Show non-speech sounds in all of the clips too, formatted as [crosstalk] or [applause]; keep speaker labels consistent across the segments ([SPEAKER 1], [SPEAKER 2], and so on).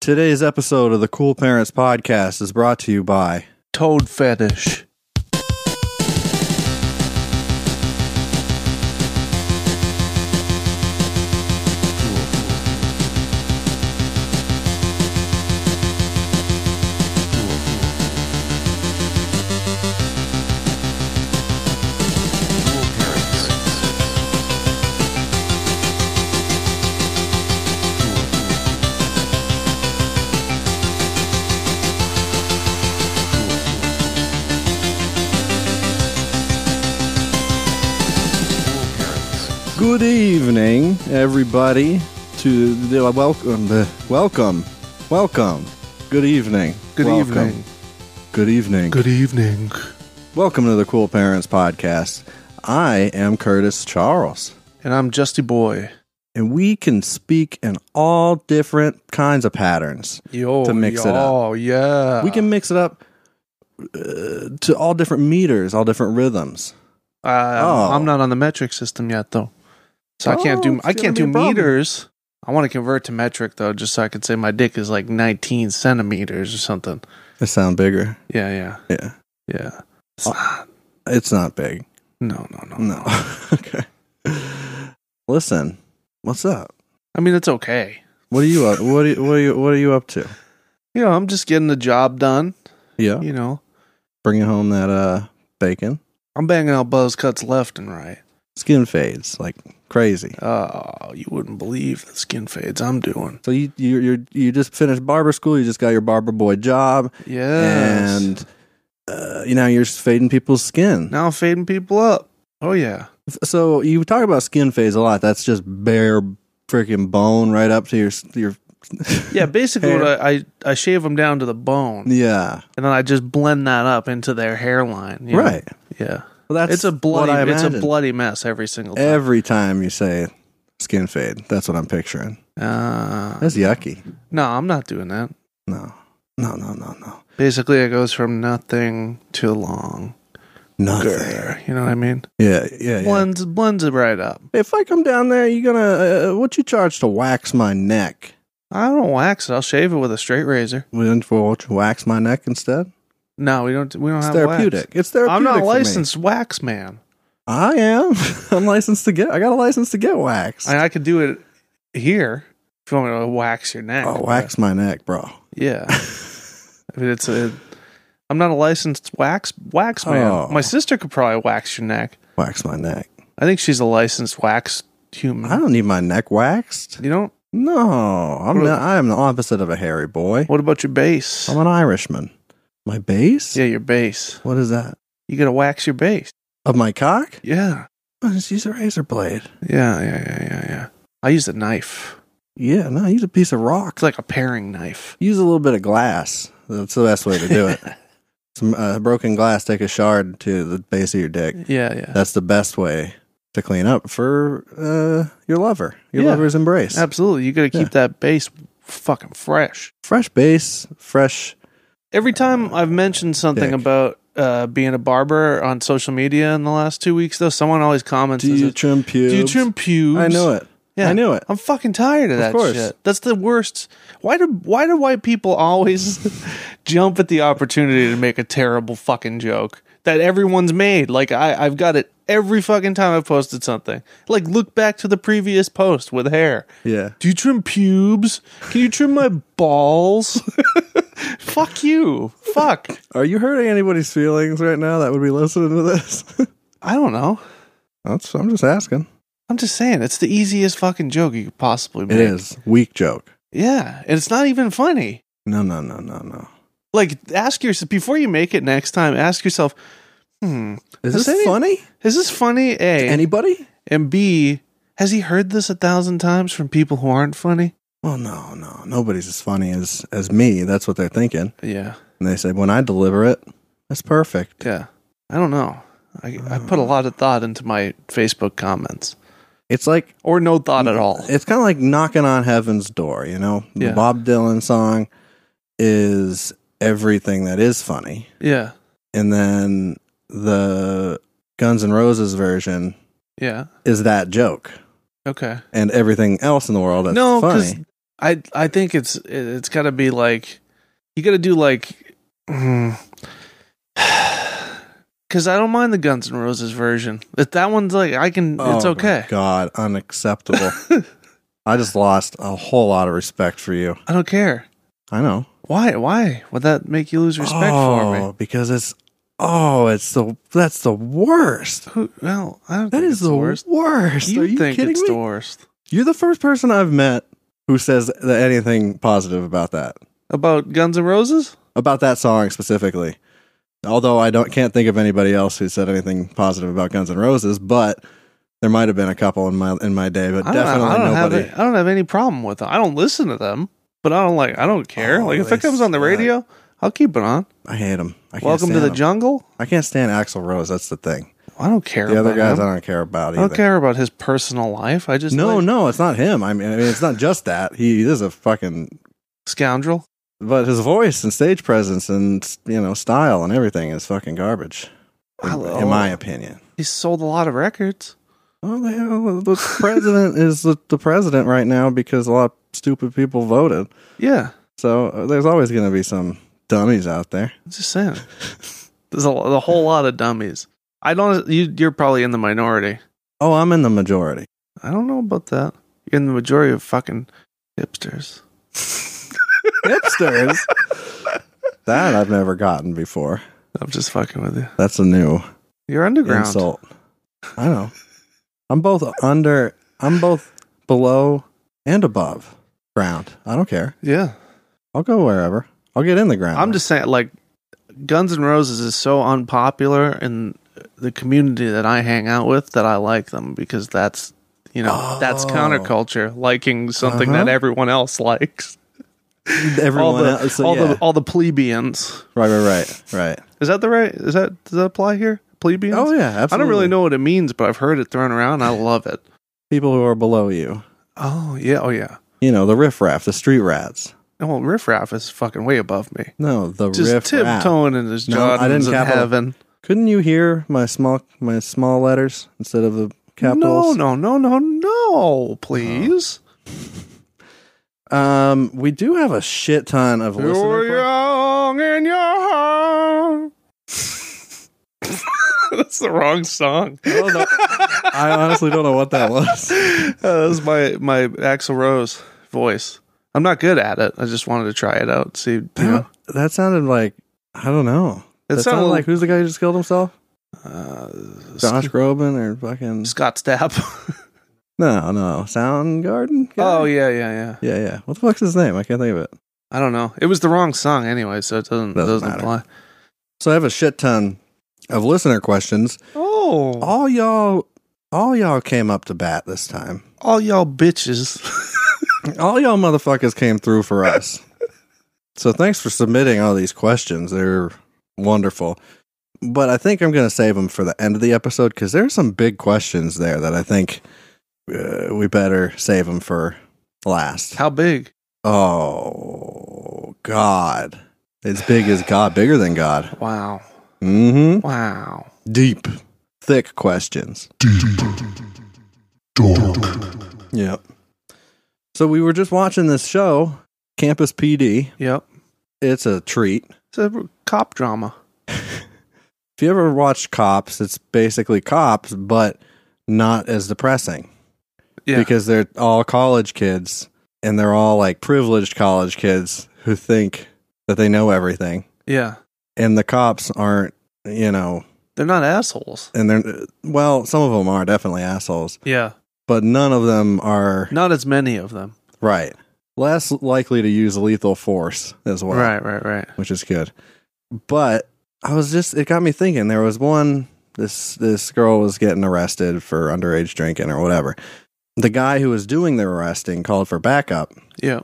[SPEAKER 1] Today's episode of the Cool Parents Podcast is brought to you by
[SPEAKER 2] Toad fetish.
[SPEAKER 1] Good evening, everybody. To the welcome, the welcome, welcome. Good evening.
[SPEAKER 2] Good
[SPEAKER 1] welcome.
[SPEAKER 2] evening.
[SPEAKER 1] Good evening.
[SPEAKER 2] Good evening.
[SPEAKER 1] Welcome to the Cool Parents Podcast. I am Curtis Charles,
[SPEAKER 2] And I'm Justy Boy.
[SPEAKER 1] and we can speak in all different kinds of patterns.
[SPEAKER 2] Yo,
[SPEAKER 1] To mix it up.
[SPEAKER 2] Oh, yeah.
[SPEAKER 1] we can mix it up uh, to all different meters, all different rhythms.
[SPEAKER 2] Uh, I'm-
[SPEAKER 1] Oh.
[SPEAKER 2] I'm not on the metric system yet, though, so I can't
[SPEAKER 1] Oh,
[SPEAKER 2] do
[SPEAKER 1] it's
[SPEAKER 2] I
[SPEAKER 1] gonna
[SPEAKER 2] can't
[SPEAKER 1] be
[SPEAKER 2] do
[SPEAKER 1] a problem.
[SPEAKER 2] meters. I want to convert to metric though, just so I can say my dick is like 19 centimeters or something.
[SPEAKER 1] They sound bigger.
[SPEAKER 2] Yeah, yeah,
[SPEAKER 1] Yeah,
[SPEAKER 2] yeah. It's not-
[SPEAKER 1] it's not big.
[SPEAKER 2] no, no, no,
[SPEAKER 1] No. [laughs] okay. Listen, what's up?
[SPEAKER 2] I mean, it's okay.
[SPEAKER 1] What are you up? What are you, what are you what are you up to?
[SPEAKER 2] You know, I'm just getting the job done.
[SPEAKER 1] Yeah,
[SPEAKER 2] You know,
[SPEAKER 1] bringing home that uh bacon.
[SPEAKER 2] I'm banging out buzz cuts left and right.
[SPEAKER 1] Skin fades like crazy.
[SPEAKER 2] Oh, you wouldn't believe the skin fades I'm doing.
[SPEAKER 1] So you you you you just finished barber school. You just got your barber boy job,
[SPEAKER 2] Yes.
[SPEAKER 1] and uh, you know you're just fading people's skin.
[SPEAKER 2] now I'm fading people up. Oh yeah.
[SPEAKER 1] So you talk about skin phase a lot. That's just bare freaking bone right up to your s- your
[SPEAKER 2] Yeah, basically
[SPEAKER 1] Hair.
[SPEAKER 2] what I, I I shave them down to the bone,
[SPEAKER 1] [laughs] yeah
[SPEAKER 2] and then I just blend that up into their hairline. you know?
[SPEAKER 1] right.
[SPEAKER 2] Yeah.
[SPEAKER 1] Well, that's
[SPEAKER 2] it's a
[SPEAKER 1] what I
[SPEAKER 2] bloody it's a
[SPEAKER 1] imagined.
[SPEAKER 2] bloody mess every single time.
[SPEAKER 1] Every time you say skin fade, that's what I'm picturing.
[SPEAKER 2] uh,
[SPEAKER 1] That's yucky.
[SPEAKER 2] no, I'm not doing that.
[SPEAKER 1] No, no, no, no, no.
[SPEAKER 2] Basically, it goes from nothing to long.
[SPEAKER 1] Nothing.
[SPEAKER 2] You know what I mean?
[SPEAKER 1] Yeah, yeah, yeah.
[SPEAKER 2] Blends blends it right up.
[SPEAKER 1] If I come down there, you gonna uh, what you charge to wax my neck?
[SPEAKER 2] I don't wax it. I'll shave it with a straight razor.
[SPEAKER 1] Wouldn't you want to wax my neck instead?
[SPEAKER 2] No, we don't. We don't
[SPEAKER 1] It's
[SPEAKER 2] have
[SPEAKER 1] therapeutic.
[SPEAKER 2] Wax.
[SPEAKER 1] It's therapeutic.
[SPEAKER 2] I'm
[SPEAKER 1] for
[SPEAKER 2] not
[SPEAKER 1] me.
[SPEAKER 2] licensed wax man.
[SPEAKER 1] I am. [laughs] I'm licensed to get. I got a license to get waxed.
[SPEAKER 2] I, I could do it here if you want me to wax your neck.
[SPEAKER 1] oh,
[SPEAKER 2] but-
[SPEAKER 1] wax my neck, bro.
[SPEAKER 2] Yeah. I mean, it's a. I'm not a licensed wax wax man.
[SPEAKER 1] Oh.
[SPEAKER 2] My sister could probably wax your neck.
[SPEAKER 1] Wax my neck.
[SPEAKER 2] I think she's a licensed wax human.
[SPEAKER 1] I don't need my neck waxed.
[SPEAKER 2] You don't.
[SPEAKER 1] No, I'm
[SPEAKER 2] What-
[SPEAKER 1] not, I am the opposite of a hairy boy.
[SPEAKER 2] What about your base?
[SPEAKER 1] I'm an Irishman. My base?
[SPEAKER 2] Yeah, your base.
[SPEAKER 1] What is that?
[SPEAKER 2] You gotta wax your base.
[SPEAKER 1] Of my cock?
[SPEAKER 2] Yeah.
[SPEAKER 1] Oh, just use a razor blade.
[SPEAKER 2] Yeah. Yeah. Yeah. Yeah. Yeah. I use a knife.
[SPEAKER 1] Yeah, no, use a piece of rock.
[SPEAKER 2] It's like a paring knife.
[SPEAKER 1] Use a little bit of glass. That's the best way to do
[SPEAKER 2] [laughs]
[SPEAKER 1] it. Some uh, broken glass, take a shard to the base of your dick.
[SPEAKER 2] Yeah. Yeah.
[SPEAKER 1] That's the best way to clean up for uh, your lover, your
[SPEAKER 2] Yeah.
[SPEAKER 1] lover's embrace.
[SPEAKER 2] Absolutely. You gotta keep
[SPEAKER 1] Yeah.
[SPEAKER 2] that base fucking fresh.
[SPEAKER 1] Fresh base, fresh.
[SPEAKER 2] Every time I've mentioned something
[SPEAKER 1] dick.
[SPEAKER 2] about uh, being a barber on social media in the last two weeks, though, someone always comments.
[SPEAKER 1] Do
[SPEAKER 2] and
[SPEAKER 1] you
[SPEAKER 2] says,
[SPEAKER 1] trim pubes?
[SPEAKER 2] Do you trim pubes?
[SPEAKER 1] I knew it. I knew it.
[SPEAKER 2] I'm fucking tired of, that
[SPEAKER 1] course.
[SPEAKER 2] shit. That's the worst. Why do why do white people always [laughs] jump at the opportunity to make a terrible fucking joke that everyone's made? Like I I've got it every fucking time I've posted something. Like look back to the previous post with hair.
[SPEAKER 1] Yeah.
[SPEAKER 2] Do you trim pubes? Can you trim my
[SPEAKER 1] [laughs]
[SPEAKER 2] balls? Fuck you. Fuck.
[SPEAKER 1] Are you hurting anybody's feelings right now that would be listening to this? [laughs]
[SPEAKER 2] I don't know.
[SPEAKER 1] That's. I'm just asking.
[SPEAKER 2] I'm just saying it's the easiest fucking joke you could possibly
[SPEAKER 1] It
[SPEAKER 2] make.
[SPEAKER 1] is weak joke.
[SPEAKER 2] Yeah, and it's not even funny.
[SPEAKER 1] No, no, no, no, no.
[SPEAKER 2] like ask yourself before you make it next time ask yourself hmm
[SPEAKER 1] Is
[SPEAKER 2] Has
[SPEAKER 1] this
[SPEAKER 2] any-
[SPEAKER 1] funny?
[SPEAKER 2] is this funny a
[SPEAKER 1] Anybody?
[SPEAKER 2] and b has he heard this a thousand times from people who aren't funny
[SPEAKER 1] Well, no, no, nobody's as funny as as me. That's what they're thinking.
[SPEAKER 2] Yeah.
[SPEAKER 1] And they say, when I deliver it, that's perfect.
[SPEAKER 2] Yeah. I don't know. I, I put a lot of thought into my Facebook comments
[SPEAKER 1] It's like
[SPEAKER 2] or no thought at all.
[SPEAKER 1] it's kind of like knocking on heaven's door. You know,
[SPEAKER 2] Yeah.
[SPEAKER 1] the Bob Dylan song is everything that is funny.
[SPEAKER 2] Yeah.
[SPEAKER 1] and then the Guns N' Roses version
[SPEAKER 2] Yeah.
[SPEAKER 1] is that joke,
[SPEAKER 2] Okay.
[SPEAKER 1] and everything else in the world that's
[SPEAKER 2] no, because
[SPEAKER 1] funny.
[SPEAKER 2] I I think it's it's got to be like you got to do like [sighs] because I don't mind the Guns N' Roses version. That that one's like I can. it's
[SPEAKER 1] Oh,
[SPEAKER 2] okay.
[SPEAKER 1] my God,
[SPEAKER 2] [laughs]
[SPEAKER 1] unacceptable. I just lost a whole lot of respect for you.
[SPEAKER 2] I don't care.
[SPEAKER 1] I know.
[SPEAKER 2] Why? Why would that make you lose respect for
[SPEAKER 1] Oh,
[SPEAKER 2] me?
[SPEAKER 1] because it's oh, it's the that's the worst.
[SPEAKER 2] Who? Well, I don't.
[SPEAKER 1] That
[SPEAKER 2] think
[SPEAKER 1] is
[SPEAKER 2] it's
[SPEAKER 1] the worst.
[SPEAKER 2] You
[SPEAKER 1] Are you
[SPEAKER 2] think
[SPEAKER 1] kidding
[SPEAKER 2] it's
[SPEAKER 1] me?
[SPEAKER 2] the worst
[SPEAKER 1] You're the first person I've met who says th- anything positive about that.
[SPEAKER 2] about Guns N' Roses?
[SPEAKER 1] about that song specifically. Although I don't can't think of anybody else who said anything positive about Guns N' Roses, but there might have been a couple in my in my day, but
[SPEAKER 2] I don't,
[SPEAKER 1] definitely
[SPEAKER 2] I don't have
[SPEAKER 1] nobody.
[SPEAKER 2] any, I don't have any problem with them. I don't listen to them, but I don't like. I don't care.
[SPEAKER 1] Oh,
[SPEAKER 2] like if
[SPEAKER 1] they
[SPEAKER 2] it comes on the
[SPEAKER 1] suck.
[SPEAKER 2] radio, I'll keep it on.
[SPEAKER 1] I hate him. I can't
[SPEAKER 2] Welcome to
[SPEAKER 1] stand
[SPEAKER 2] the
[SPEAKER 1] 'em.
[SPEAKER 2] jungle.
[SPEAKER 1] I can't stand Axl Rose. That's the thing.
[SPEAKER 2] I don't care.
[SPEAKER 1] The other
[SPEAKER 2] about
[SPEAKER 1] guys,
[SPEAKER 2] him.
[SPEAKER 1] I don't care about
[SPEAKER 2] I
[SPEAKER 1] either.
[SPEAKER 2] don't care about his personal life. I just
[SPEAKER 1] No,
[SPEAKER 2] like,
[SPEAKER 1] no, it's not him. I mean, I mean, it's not just that. He is a fucking.
[SPEAKER 2] scoundrel.
[SPEAKER 1] But his voice and stage presence and you know style and everything is fucking garbage, in,
[SPEAKER 2] Hello.
[SPEAKER 1] in my opinion.
[SPEAKER 2] He sold a lot of records.
[SPEAKER 1] Well, the, hell, the president [laughs] is the, the president right now because a lot of stupid people voted.
[SPEAKER 2] Yeah,
[SPEAKER 1] So uh, there's always going to be some dummies out there.
[SPEAKER 2] I'm just saying.
[SPEAKER 1] [laughs]
[SPEAKER 2] There's a, a whole lot of dummies. I don't. You, you're probably in the minority.
[SPEAKER 1] Oh, I'm in the majority.
[SPEAKER 2] I don't know about that. You're in the majority of fucking hipsters. [laughs]
[SPEAKER 1] Hipsters. that I've never gotten before.
[SPEAKER 2] I'm just fucking with you.
[SPEAKER 1] That's a new
[SPEAKER 2] You're underground.
[SPEAKER 1] insult. I know. I'm both under. I'm both below and above ground. I don't care.
[SPEAKER 2] Yeah,
[SPEAKER 1] I'll go wherever. I'll get in the ground.
[SPEAKER 2] I'm just saying. Like, Guns N' Roses is so unpopular in the community that I hang out with that I like them because that's you know that's
[SPEAKER 1] Oh.
[SPEAKER 2] counterculture, liking something
[SPEAKER 1] Uh-huh.
[SPEAKER 2] that everyone else likes.
[SPEAKER 1] everyone
[SPEAKER 2] all the
[SPEAKER 1] else. so
[SPEAKER 2] all
[SPEAKER 1] yeah.
[SPEAKER 2] the all the plebeians.
[SPEAKER 1] right, right, right, right.
[SPEAKER 2] Is that the right? Is that does that apply here? Plebeians.
[SPEAKER 1] Oh yeah, absolutely.
[SPEAKER 2] I don't really know what it means, but I've heard it thrown around. and I love it.
[SPEAKER 1] people who are below you.
[SPEAKER 2] Oh yeah, oh yeah.
[SPEAKER 1] You know the riffraff, the street rats.
[SPEAKER 2] Well, Oh, riffraff is fucking way above me.
[SPEAKER 1] No, the
[SPEAKER 2] Just
[SPEAKER 1] riffraff.
[SPEAKER 2] tiptoeing in his
[SPEAKER 1] No, I
[SPEAKER 2] Jordans
[SPEAKER 1] didn't
[SPEAKER 2] in
[SPEAKER 1] capital-
[SPEAKER 2] heaven.
[SPEAKER 1] Couldn't you hear my small my small letters instead of the capitals? Uh-huh.
[SPEAKER 2] No, no, no, no, no! Please.
[SPEAKER 1] no. Um, we do have a shit ton of listener.
[SPEAKER 2] You're
[SPEAKER 1] que-
[SPEAKER 2] young in your heart. [laughs] That's the wrong song.
[SPEAKER 1] I don't know- I honestly don't know what that was.
[SPEAKER 2] Uh, that was my my Axl Rose voice. I'm not good at it. I just wanted to try it out. See, you know,
[SPEAKER 1] That sounded like I don't know.
[SPEAKER 2] It
[SPEAKER 1] that
[SPEAKER 2] sounded-
[SPEAKER 1] sounded like who's the guy who just killed himself?
[SPEAKER 2] uh,
[SPEAKER 1] Josh Groban or fucking
[SPEAKER 2] Scott Stapp. [laughs]
[SPEAKER 1] no no Soundgarden? guy?
[SPEAKER 2] oh yeah, yeah, yeah.
[SPEAKER 1] yeah yeah. What the fuck's his name? I can't think of it.
[SPEAKER 2] I don't know. It was the wrong song anyway, so it doesn't
[SPEAKER 1] Doesn't
[SPEAKER 2] doesn't,
[SPEAKER 1] matter.
[SPEAKER 2] apply.
[SPEAKER 1] So I have a shit ton of listener questions.
[SPEAKER 2] Oh, all,
[SPEAKER 1] All y'all, all y'all came up to bat this time.
[SPEAKER 2] y'all bitches. [laughs]
[SPEAKER 1] All y'all motherfuckers came through for us. so thanks for submitting all these questions. They're wonderful. But I think I'm going to save them for the end of the episode because there's some big questions there that I think uh, we better save them for last.
[SPEAKER 2] How big?
[SPEAKER 1] Oh, God. It's big as God, bigger than God.
[SPEAKER 2] Wow,
[SPEAKER 1] Mm
[SPEAKER 2] wow.
[SPEAKER 1] hmm. Deep, thick questions. Yep. So we were just watching this show, Campus PD.
[SPEAKER 2] Yep,
[SPEAKER 1] It's a treat.
[SPEAKER 2] it's a cop drama.
[SPEAKER 1] if you ever watched cops it's basically cops but not as depressing
[SPEAKER 2] Yeah,
[SPEAKER 1] because they're all college kids and they're all like privileged college kids who think that they know everything
[SPEAKER 2] yeah.
[SPEAKER 1] and the cops aren't you know
[SPEAKER 2] They're not assholes.
[SPEAKER 1] and they're well some of them are definitely assholes
[SPEAKER 2] Yeah,
[SPEAKER 1] but none of them are
[SPEAKER 2] not as many of them.
[SPEAKER 1] right less likely to use lethal force as well
[SPEAKER 2] Right, right, right.
[SPEAKER 1] which is good. But I was just it got me thinking. There was one this this girl was getting arrested for underage drinking or whatever. The guy who was doing the arresting called for backup
[SPEAKER 2] Yeah.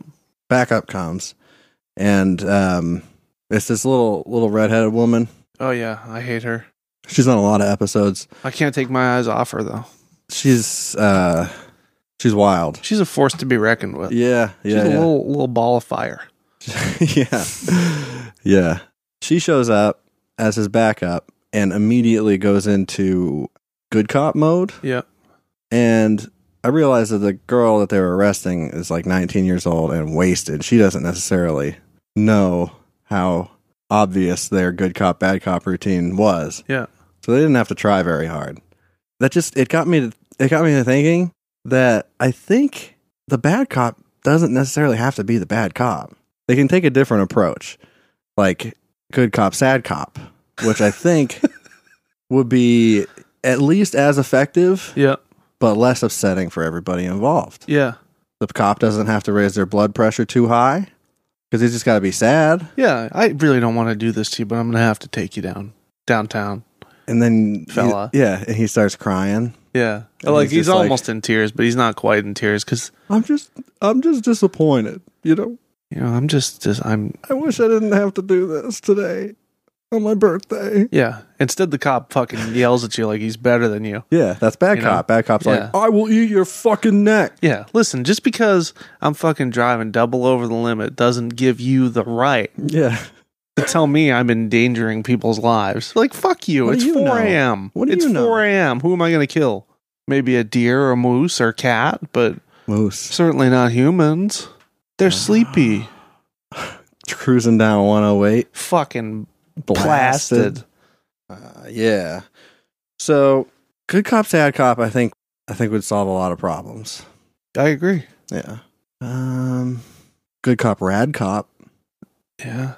[SPEAKER 1] backup comes, and um, it's this little little redheaded woman.
[SPEAKER 2] Oh yeah, I hate her.
[SPEAKER 1] She's on a lot of episodes.
[SPEAKER 2] I can't take my eyes off her though.
[SPEAKER 1] She's uh, she's wild.
[SPEAKER 2] She's a force to be reckoned with.
[SPEAKER 1] Yeah,
[SPEAKER 2] She's
[SPEAKER 1] yeah,
[SPEAKER 2] a
[SPEAKER 1] yeah.
[SPEAKER 2] little little ball of fire.
[SPEAKER 1] [laughs] yeah. Yeah. She shows up as his backup and immediately goes into good cop mode.
[SPEAKER 2] Yeah.
[SPEAKER 1] And I realize that the girl that they were arresting is like 19 years old and wasted. She doesn't necessarily know how obvious their good cop, bad cop routine was.
[SPEAKER 2] Yeah.
[SPEAKER 1] So they didn't have to try very hard. That just, it got me to, it got me to thinking that I think the bad cop doesn't necessarily have to be the bad cop. They can take a different approach, like good cop, sad cop, which I think would be at least as effective,
[SPEAKER 2] Yeah.
[SPEAKER 1] but less upsetting for everybody involved.
[SPEAKER 2] Yeah.
[SPEAKER 1] The cop doesn't have to raise their blood pressure too high because he's just got to be sad.
[SPEAKER 2] Yeah. I really don't want to do this to you, but I'm gonna have to take you down downtown.
[SPEAKER 1] And then, he-
[SPEAKER 2] Fella.
[SPEAKER 1] yeah, and he starts crying.
[SPEAKER 2] Yeah.
[SPEAKER 1] And
[SPEAKER 2] like
[SPEAKER 1] he's
[SPEAKER 2] he's
[SPEAKER 1] just like-
[SPEAKER 2] almost in tears, but he's not quite in tears because
[SPEAKER 1] I'm just, I'm just disappointed, you know?
[SPEAKER 2] you know I'm just just I'm
[SPEAKER 1] I wish I didn't have to do this today on my birthday.
[SPEAKER 2] yeah. Instead, the cop fucking yells at you like he's better than you.
[SPEAKER 1] Yeah, that's bad
[SPEAKER 2] You know?
[SPEAKER 1] cop. Bad cop's
[SPEAKER 2] Yeah.
[SPEAKER 1] like, I will eat your fucking neck.
[SPEAKER 2] Yeah, listen, just because I'm fucking driving double over the limit doesn't give you the right
[SPEAKER 1] Yeah.
[SPEAKER 2] to tell me I'm endangering people's lives. Like, fuck you.
[SPEAKER 1] What do
[SPEAKER 2] it's
[SPEAKER 1] you
[SPEAKER 2] 4
[SPEAKER 1] know?
[SPEAKER 2] a.m.
[SPEAKER 1] What do
[SPEAKER 2] it's
[SPEAKER 1] you know?
[SPEAKER 2] 4 a.m. Who am I going to kill? Maybe a deer or moose or cat, but
[SPEAKER 1] Moose.
[SPEAKER 2] certainly not humans.
[SPEAKER 1] Ah.
[SPEAKER 2] They're sleepy.
[SPEAKER 1] Cruising down 108.
[SPEAKER 2] Fucking
[SPEAKER 1] Blasted.
[SPEAKER 2] blasted.
[SPEAKER 1] Uh, yeah. So, good cop, sad cop, I think, I think would solve a lot of problems.
[SPEAKER 2] I agree.
[SPEAKER 1] Yeah. Um, good cop, rad cop.
[SPEAKER 2] Yeah.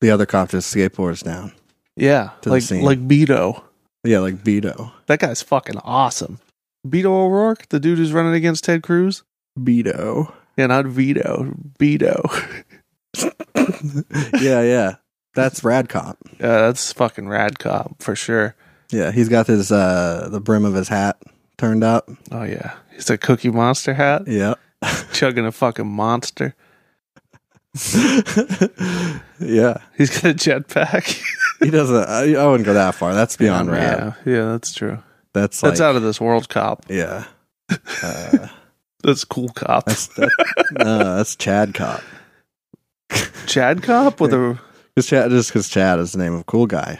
[SPEAKER 1] The other cop just skateboards down.
[SPEAKER 2] Yeah.
[SPEAKER 1] To the
[SPEAKER 2] like
[SPEAKER 1] scene.
[SPEAKER 2] like Beto.
[SPEAKER 1] Yeah, like Beto.
[SPEAKER 2] That guy's fucking awesome. Beto O'Rourke, the dude who's running against Ted Cruz.
[SPEAKER 1] [laughs] Beto.
[SPEAKER 2] Yeah, not Vito. Beto. [laughs]
[SPEAKER 1] yeah, yeah. That's rad cop.
[SPEAKER 2] Yeah, that's fucking rad cop for sure.
[SPEAKER 1] Yeah, he's got his uh the brim of his hat turned up.
[SPEAKER 2] Oh yeah, he's a Cookie
[SPEAKER 1] [laughs]
[SPEAKER 2] Monster hat,
[SPEAKER 1] Yeah.
[SPEAKER 2] chugging a fucking monster.
[SPEAKER 1] [laughs] yeah.
[SPEAKER 2] He's got a jetpack.
[SPEAKER 1] He doesn't I, I wouldn't go that far. That's beyond rad.
[SPEAKER 2] [laughs] yeah, yeah, that's true.
[SPEAKER 1] That's
[SPEAKER 2] That's
[SPEAKER 1] like,
[SPEAKER 2] out of this world, cop.
[SPEAKER 1] Yeah. Uh,
[SPEAKER 2] That's cool, cop.
[SPEAKER 1] that's that, no, that's Chad cop.
[SPEAKER 2] [laughs] Chad cop with a
[SPEAKER 1] Cuz Chad just cuz Chad is the name of cool guy.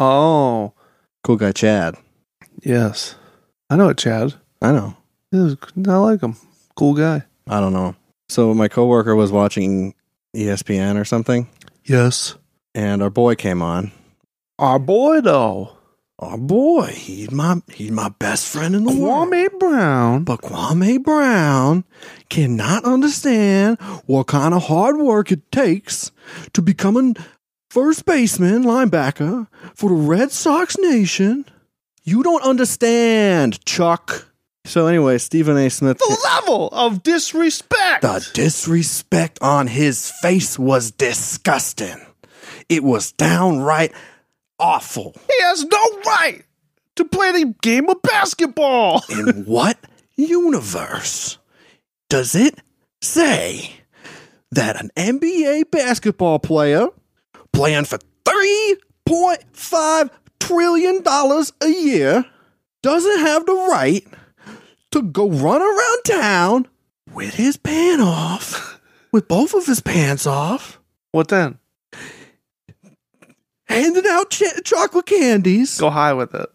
[SPEAKER 2] oh
[SPEAKER 1] Cool guy Chad.
[SPEAKER 2] yes, I know it, Chad.
[SPEAKER 1] I know.
[SPEAKER 2] He was- I like him. Cool guy.
[SPEAKER 1] I don't know. So my coworker was watching E ESPN or something
[SPEAKER 2] Yes,
[SPEAKER 1] and our boy came on.
[SPEAKER 2] our boy though,
[SPEAKER 1] Our boy, he's my he's my best friend in the world.
[SPEAKER 2] Kwame Brown.
[SPEAKER 1] But Kwame Brown cannot understand what kind of hard work it takes to become a first baseman linebacker for the Red Sox Nation. You don't understand, Chuck. So anyway, Stephen A. Smith.
[SPEAKER 2] The level of disrespect.
[SPEAKER 1] The disrespect on his face was disgusting. It was downright awful.
[SPEAKER 2] he has no right to play the game of basketball. [laughs]
[SPEAKER 1] in what universe does it say that an NBA basketball player playing for $3.5 trillion a year doesn't have the right to go run around town with his pants off, with both of his pants off,
[SPEAKER 2] What then?
[SPEAKER 1] handing out ch- chocolate candies?
[SPEAKER 2] Go high with it.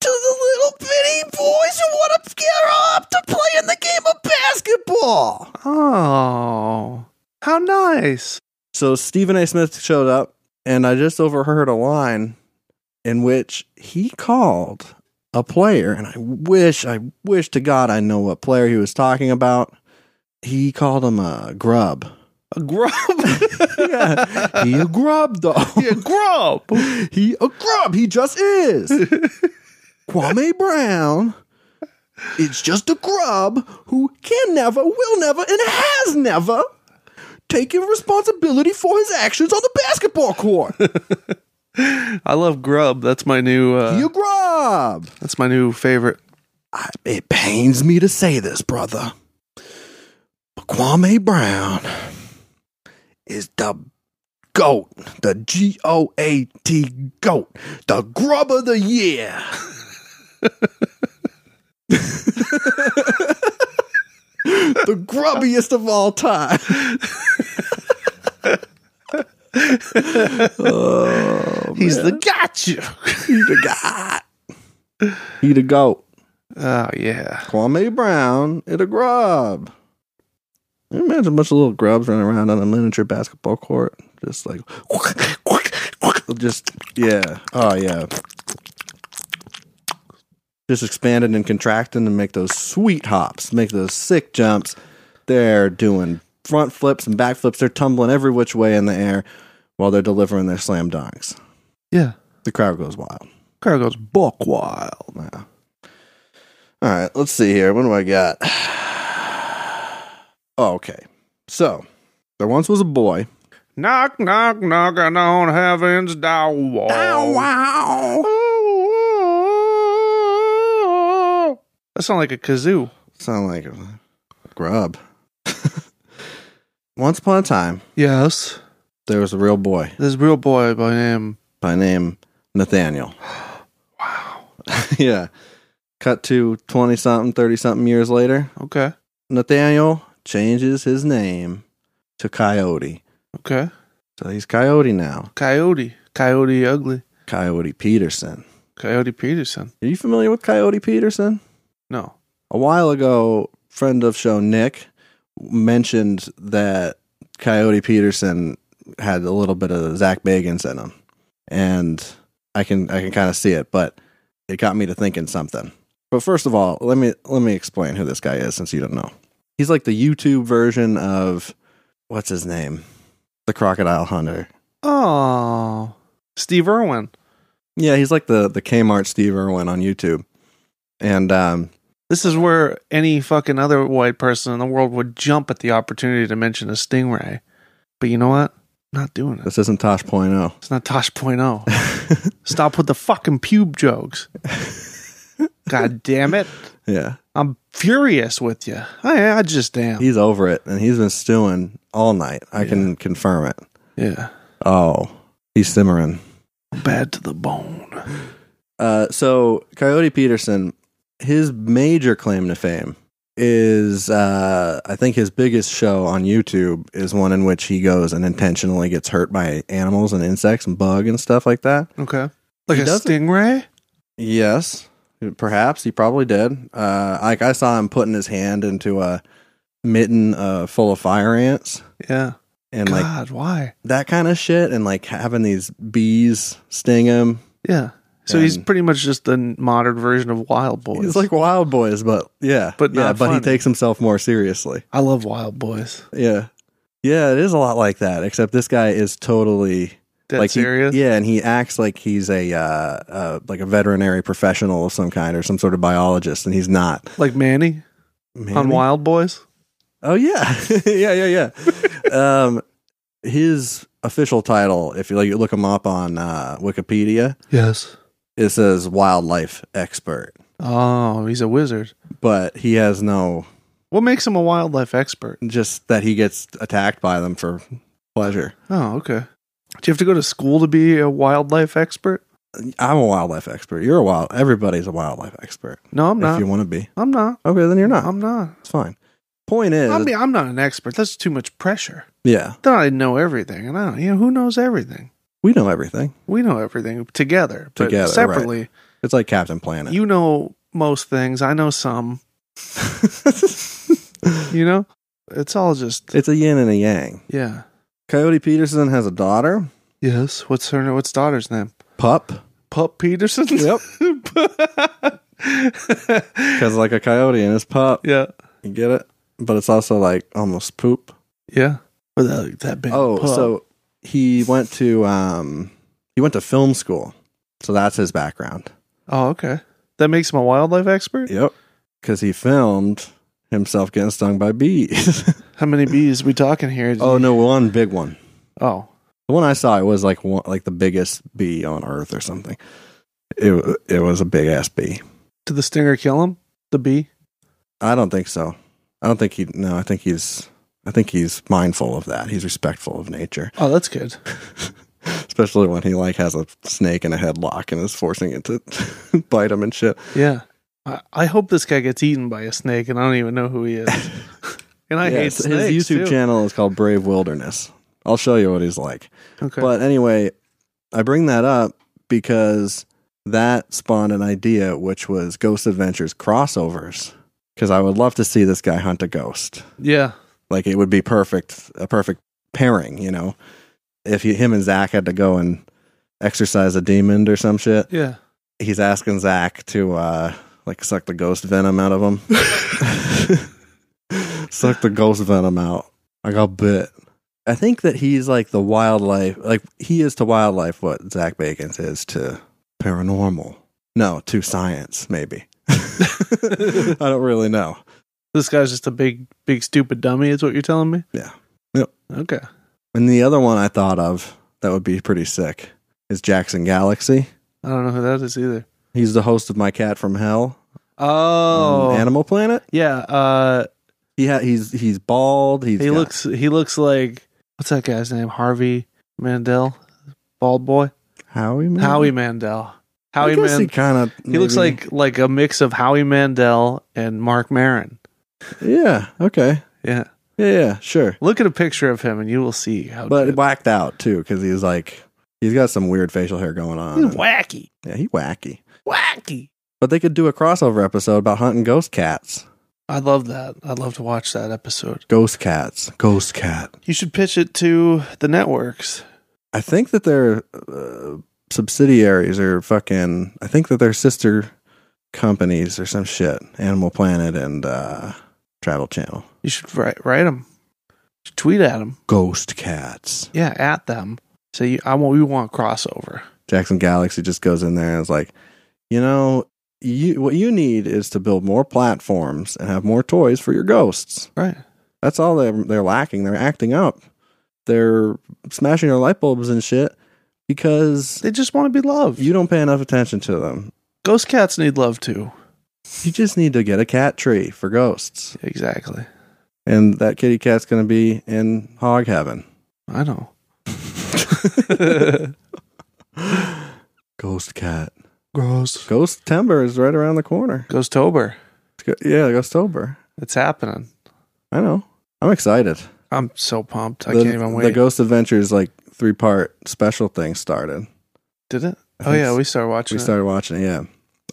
[SPEAKER 1] to the little bitty boys who want to get up to play in the game of basketball.
[SPEAKER 2] Oh, how nice.
[SPEAKER 1] So Stephen A. Smith showed up, and I just overheard a line in which he called a player, and I wish, I wish to God I know what player he was talking about. He called him a grub.
[SPEAKER 2] A grub. [laughs]
[SPEAKER 1] Yeah, he a grub though.
[SPEAKER 2] a grub.
[SPEAKER 1] He a grub. He just is. Kwame Brown. It's just a grub who can never, will never, and has never taken responsibility for his actions on the basketball court. He
[SPEAKER 2] I love grub. That's my new. Uh,
[SPEAKER 1] a grub.
[SPEAKER 2] that's my new favorite.
[SPEAKER 1] I, it pains me to say this, brother. But Kwame Brown is the goat, the G O A T goat, the grub of the year. [laughs] the grubbiest of all
[SPEAKER 2] [laughs]
[SPEAKER 1] time. oh,
[SPEAKER 2] He's the gotcha.
[SPEAKER 1] he the god. He the goat.
[SPEAKER 2] Oh yeah.
[SPEAKER 1] Kwame Brown is a grub. Can you Imagine a bunch of little grubs running around on a miniature basketball court. Just like, [laughs] just, yeah. Oh, yeah. Just expanding and contracting to make those sweet hops, make those sick jumps. They're doing front flips and back flips. They're tumbling every which way in the air while they're delivering their slam dunks.
[SPEAKER 2] Yeah.
[SPEAKER 1] The crowd goes wild.
[SPEAKER 2] Car goes buck wild.
[SPEAKER 1] Wow. All right, let's see here. What do I got? [sighs] Oh, okay. So, there once was a boy.
[SPEAKER 2] Knock knock knocking on heaven's door.
[SPEAKER 1] wow.
[SPEAKER 2] That sounds like a kazoo.
[SPEAKER 1] Sound like a grub. [laughs] once upon a time,
[SPEAKER 2] Yes.
[SPEAKER 1] there was a real boy
[SPEAKER 2] This real boy by name.
[SPEAKER 1] by name Nathaniel.
[SPEAKER 2] Wow.
[SPEAKER 1] [laughs] yeah. Cut to 20 something, 30 something years later,
[SPEAKER 2] Okay.
[SPEAKER 1] Nathaniel changes his name to Coyote.
[SPEAKER 2] Okay.
[SPEAKER 1] So he's Coyote now.
[SPEAKER 2] Coyote. Coyote Ugly.
[SPEAKER 1] Coyote Peterson.
[SPEAKER 2] Coyote Peterson.
[SPEAKER 1] Are you familiar with Coyote Peterson?
[SPEAKER 2] No.
[SPEAKER 1] A while ago, friend of show Nick mentioned that Coyote Peterson had a little bit of Zach Bagans in him, and I can I can kind of see it, but it got me to thinking something. But first of all, let me let me explain who this guy is since you don't know. He's like the YouTube version of what's his name, the Crocodile Hunter.
[SPEAKER 2] Oh. Steve Irwin.
[SPEAKER 1] Yeah, he's like the the Kmart Steve Irwin on YouTube, and um,
[SPEAKER 2] This is where any fucking other white person in the world would jump at the opportunity to mention a stingray. But you know what? Not doing it.
[SPEAKER 1] This isn't Tosh Point oh.
[SPEAKER 2] It's not Tosh.0. Stop with the fucking pube jokes. God damn it.
[SPEAKER 1] Yeah.
[SPEAKER 2] I'm furious with you. I, I just am.
[SPEAKER 1] He's over it and he's been stewing all night. I can confirm it.
[SPEAKER 2] Yeah.
[SPEAKER 1] Oh, he's simmering.
[SPEAKER 2] Bad to the bone.
[SPEAKER 1] Uh, so, Coyote Peterson, his major claim to fame is, uh, I think, his biggest show on YouTube is one in which he goes and intentionally gets hurt by animals and insects and bug and stuff like that.
[SPEAKER 2] Okay. Like
[SPEAKER 1] He
[SPEAKER 2] a
[SPEAKER 1] doesn't-
[SPEAKER 2] stingray?
[SPEAKER 1] Yes, perhaps he probably did. Uh, like I saw him putting his hand into a mitten uh, full of fire ants
[SPEAKER 2] Yeah.
[SPEAKER 1] and like
[SPEAKER 2] God, why?
[SPEAKER 1] that kind of shit and like having these bees sting him.
[SPEAKER 2] Yeah. So he's
[SPEAKER 1] And-
[SPEAKER 2] pretty much just the modern version of Wild Boys.
[SPEAKER 1] It's like Wild Boys, but yeah,
[SPEAKER 2] But
[SPEAKER 1] yeah,
[SPEAKER 2] not
[SPEAKER 1] but he
[SPEAKER 2] funny.
[SPEAKER 1] takes himself more seriously.
[SPEAKER 2] I love Wild Boys.
[SPEAKER 1] Yeah, yeah, it is a lot like that. Except this guy is totally
[SPEAKER 2] Dead
[SPEAKER 1] like he-
[SPEAKER 2] serious?
[SPEAKER 1] yeah, and he acts like he's a uh, uh, like a veterinary professional of some kind or some sort of biologist, and he's not.
[SPEAKER 2] Like Manny, on
[SPEAKER 1] Man,
[SPEAKER 2] Wild Boys?
[SPEAKER 1] Oh yeah, [laughs] yeah, yeah,
[SPEAKER 2] [laughs]
[SPEAKER 1] yeah. um, his official title, if you like, you look him up on uh, Wikipedia,
[SPEAKER 2] Yes.
[SPEAKER 1] it says wildlife expert,
[SPEAKER 2] Oh, he's a wizard.
[SPEAKER 1] but he has no
[SPEAKER 2] What makes him a wildlife expert?
[SPEAKER 1] just that he gets attacked by them for pleasure.
[SPEAKER 2] Oh, okay. Do you have to go to school to be a wildlife expert?
[SPEAKER 1] I'm a wildlife expert. You're a wild. Everybody's a wildlife expert
[SPEAKER 2] No, I'm
[SPEAKER 1] if
[SPEAKER 2] not.
[SPEAKER 1] you want to be.
[SPEAKER 2] I'm not.
[SPEAKER 1] Okay, then you're not.
[SPEAKER 2] I'm not.
[SPEAKER 1] it's fine. Point is,
[SPEAKER 2] I mean, I'm not an expert. That's too much pressure.
[SPEAKER 1] yeah,
[SPEAKER 2] Then I know everything, and I don't. You know, who knows everything?
[SPEAKER 1] we know everything.
[SPEAKER 2] We know everything together, but
[SPEAKER 1] Together, right.
[SPEAKER 2] separately.
[SPEAKER 1] It's like Captain Planet.
[SPEAKER 2] You know most things. I know some. You know, it's all just
[SPEAKER 1] [laughs] it's a yin and a yang.
[SPEAKER 2] yeah.
[SPEAKER 1] Coyote Peterson has a daughter,
[SPEAKER 2] Yes. What's her? What's daughter's name?
[SPEAKER 1] pup.
[SPEAKER 2] Pup Peterson.
[SPEAKER 1] [laughs] Yep. Because like a coyote and his pup,
[SPEAKER 2] [laughs] yeah.
[SPEAKER 1] you get it. But it's also like almost poop.
[SPEAKER 2] Yeah. Without that big.
[SPEAKER 1] Oh,
[SPEAKER 2] pup.
[SPEAKER 1] so he went to um he went to film school. So that's his background.
[SPEAKER 2] Oh, okay. That makes him a wildlife expert.
[SPEAKER 1] Yep. Cuz he filmed himself getting stung by bees. [laughs]
[SPEAKER 2] How many bees we talking here? Did
[SPEAKER 1] oh
[SPEAKER 2] you-
[SPEAKER 1] no, one big one.
[SPEAKER 2] Oh.
[SPEAKER 1] The one I saw it was like one, like the biggest bee on earth or something. It wa- it was a big ass bee.
[SPEAKER 2] Did the stinger kill him? The bee?
[SPEAKER 1] I don't think so. I don't think he no, I think he's I think he's mindful of that. He's respectful of nature,
[SPEAKER 2] Oh, that's good.
[SPEAKER 1] especially when he like has a snake in a headlock and is forcing it to [laughs] bite him and shit.
[SPEAKER 2] Yeah. I, I hope this guy gets eaten by a snake and I don't even know who he is.
[SPEAKER 1] [laughs]
[SPEAKER 2] and I
[SPEAKER 1] Yeah,
[SPEAKER 2] hate
[SPEAKER 1] it's-
[SPEAKER 2] snakes.
[SPEAKER 1] his YouTube
[SPEAKER 2] too.
[SPEAKER 1] channel is called Brave Wilderness. I'll show you what he's like.
[SPEAKER 2] Okay.
[SPEAKER 1] But anyway, I bring that up because that spawned an idea, which was Ghost Adventures crossovers. Because I would love to see this guy hunt a ghost.
[SPEAKER 2] yeah.
[SPEAKER 1] Like it would be perfect, a perfect pairing, you know. If he, him and Zach had to go and exercise a demon or some shit,
[SPEAKER 2] Yeah.
[SPEAKER 1] he's asking Zach to uh, like suck the ghost venom out of him. [laughs] suck the ghost venom out. I got bit. I think that he's like the wildlife, like he is to wildlife what Zach Bacon's is to paranormal. No, to science, maybe. [laughs] I don't really know.
[SPEAKER 2] This guy's just a big, big stupid dummy, is what you're telling me?
[SPEAKER 1] Yeah. Yep.
[SPEAKER 2] Okay.
[SPEAKER 1] And the other one I thought of that would be pretty sick is Jackson Galaxy.
[SPEAKER 2] I don't know who that is either.
[SPEAKER 1] He's the host of My Cat from Hell
[SPEAKER 2] Oh
[SPEAKER 1] on Mm, Animal Planet.
[SPEAKER 2] yeah. Uh
[SPEAKER 1] He ha- he's he's bald. He's
[SPEAKER 2] he
[SPEAKER 1] got-
[SPEAKER 2] looks he looks like what's that guy's name? Harvey Mandel? Bald boy?
[SPEAKER 1] Howie man.
[SPEAKER 2] Howie Mandel. Howie
[SPEAKER 1] Mm. I guess
[SPEAKER 2] Mandel.
[SPEAKER 1] He kind of.
[SPEAKER 2] He looks like like a mix of Howie Mandel and Mark Marin.
[SPEAKER 1] Yeah. Okay.
[SPEAKER 2] Yeah.
[SPEAKER 1] Yeah. yeah sure.
[SPEAKER 2] Look at a picture of him and you will see how
[SPEAKER 1] But
[SPEAKER 2] good-
[SPEAKER 1] whacked out too, because he's like he's got some weird facial hair going on.
[SPEAKER 2] He's
[SPEAKER 1] and-
[SPEAKER 2] wacky.
[SPEAKER 1] yeah, he wacky.
[SPEAKER 2] Wacky.
[SPEAKER 1] But they could do a crossover episode about hunting ghost cats.
[SPEAKER 2] I love that. I'd love to watch that episode.
[SPEAKER 1] Ghost cats. Ghost cat.
[SPEAKER 2] You should pitch it to the networks.
[SPEAKER 1] I think that their uh, subsidiaries are fucking. I think that their sister companies or some shit. Animal Planet and uh, Travel Channel.
[SPEAKER 2] You should write write them. Tweet at them.
[SPEAKER 1] Ghost cats.
[SPEAKER 2] Yeah, at them. Say you, I want we want crossover.
[SPEAKER 1] Jackson Galaxy just goes in there and is like, you know, you what you need is to build more platforms and have more toys for your ghosts.
[SPEAKER 2] Right.
[SPEAKER 1] That's all they're they're lacking. They're acting up. They're smashing their light bulbs and shit because
[SPEAKER 2] They just want to be loved.
[SPEAKER 1] you don't pay enough attention to them.
[SPEAKER 2] Ghost cats need love too.
[SPEAKER 1] You just need to get a cat tree for ghosts,
[SPEAKER 2] Exactly.
[SPEAKER 1] and that kitty cat's gonna be in hog heaven.
[SPEAKER 2] I know.
[SPEAKER 1] Ghost cat.
[SPEAKER 2] Gross.
[SPEAKER 1] [laughs] Ghost timber is right around the corner.
[SPEAKER 2] Ghost Tober.
[SPEAKER 1] It's go- yeah, Ghostober.
[SPEAKER 2] It's happening.
[SPEAKER 1] I know. I'm excited.
[SPEAKER 2] I'm so pumped. I
[SPEAKER 1] the,
[SPEAKER 2] can't even wait.
[SPEAKER 1] The Ghost Adventures like three part special thing started.
[SPEAKER 2] Did it?
[SPEAKER 1] I
[SPEAKER 2] Oh
[SPEAKER 1] think
[SPEAKER 2] yeah,
[SPEAKER 1] s-
[SPEAKER 2] we started watching.
[SPEAKER 1] We
[SPEAKER 2] it.
[SPEAKER 1] started watching it. Yeah.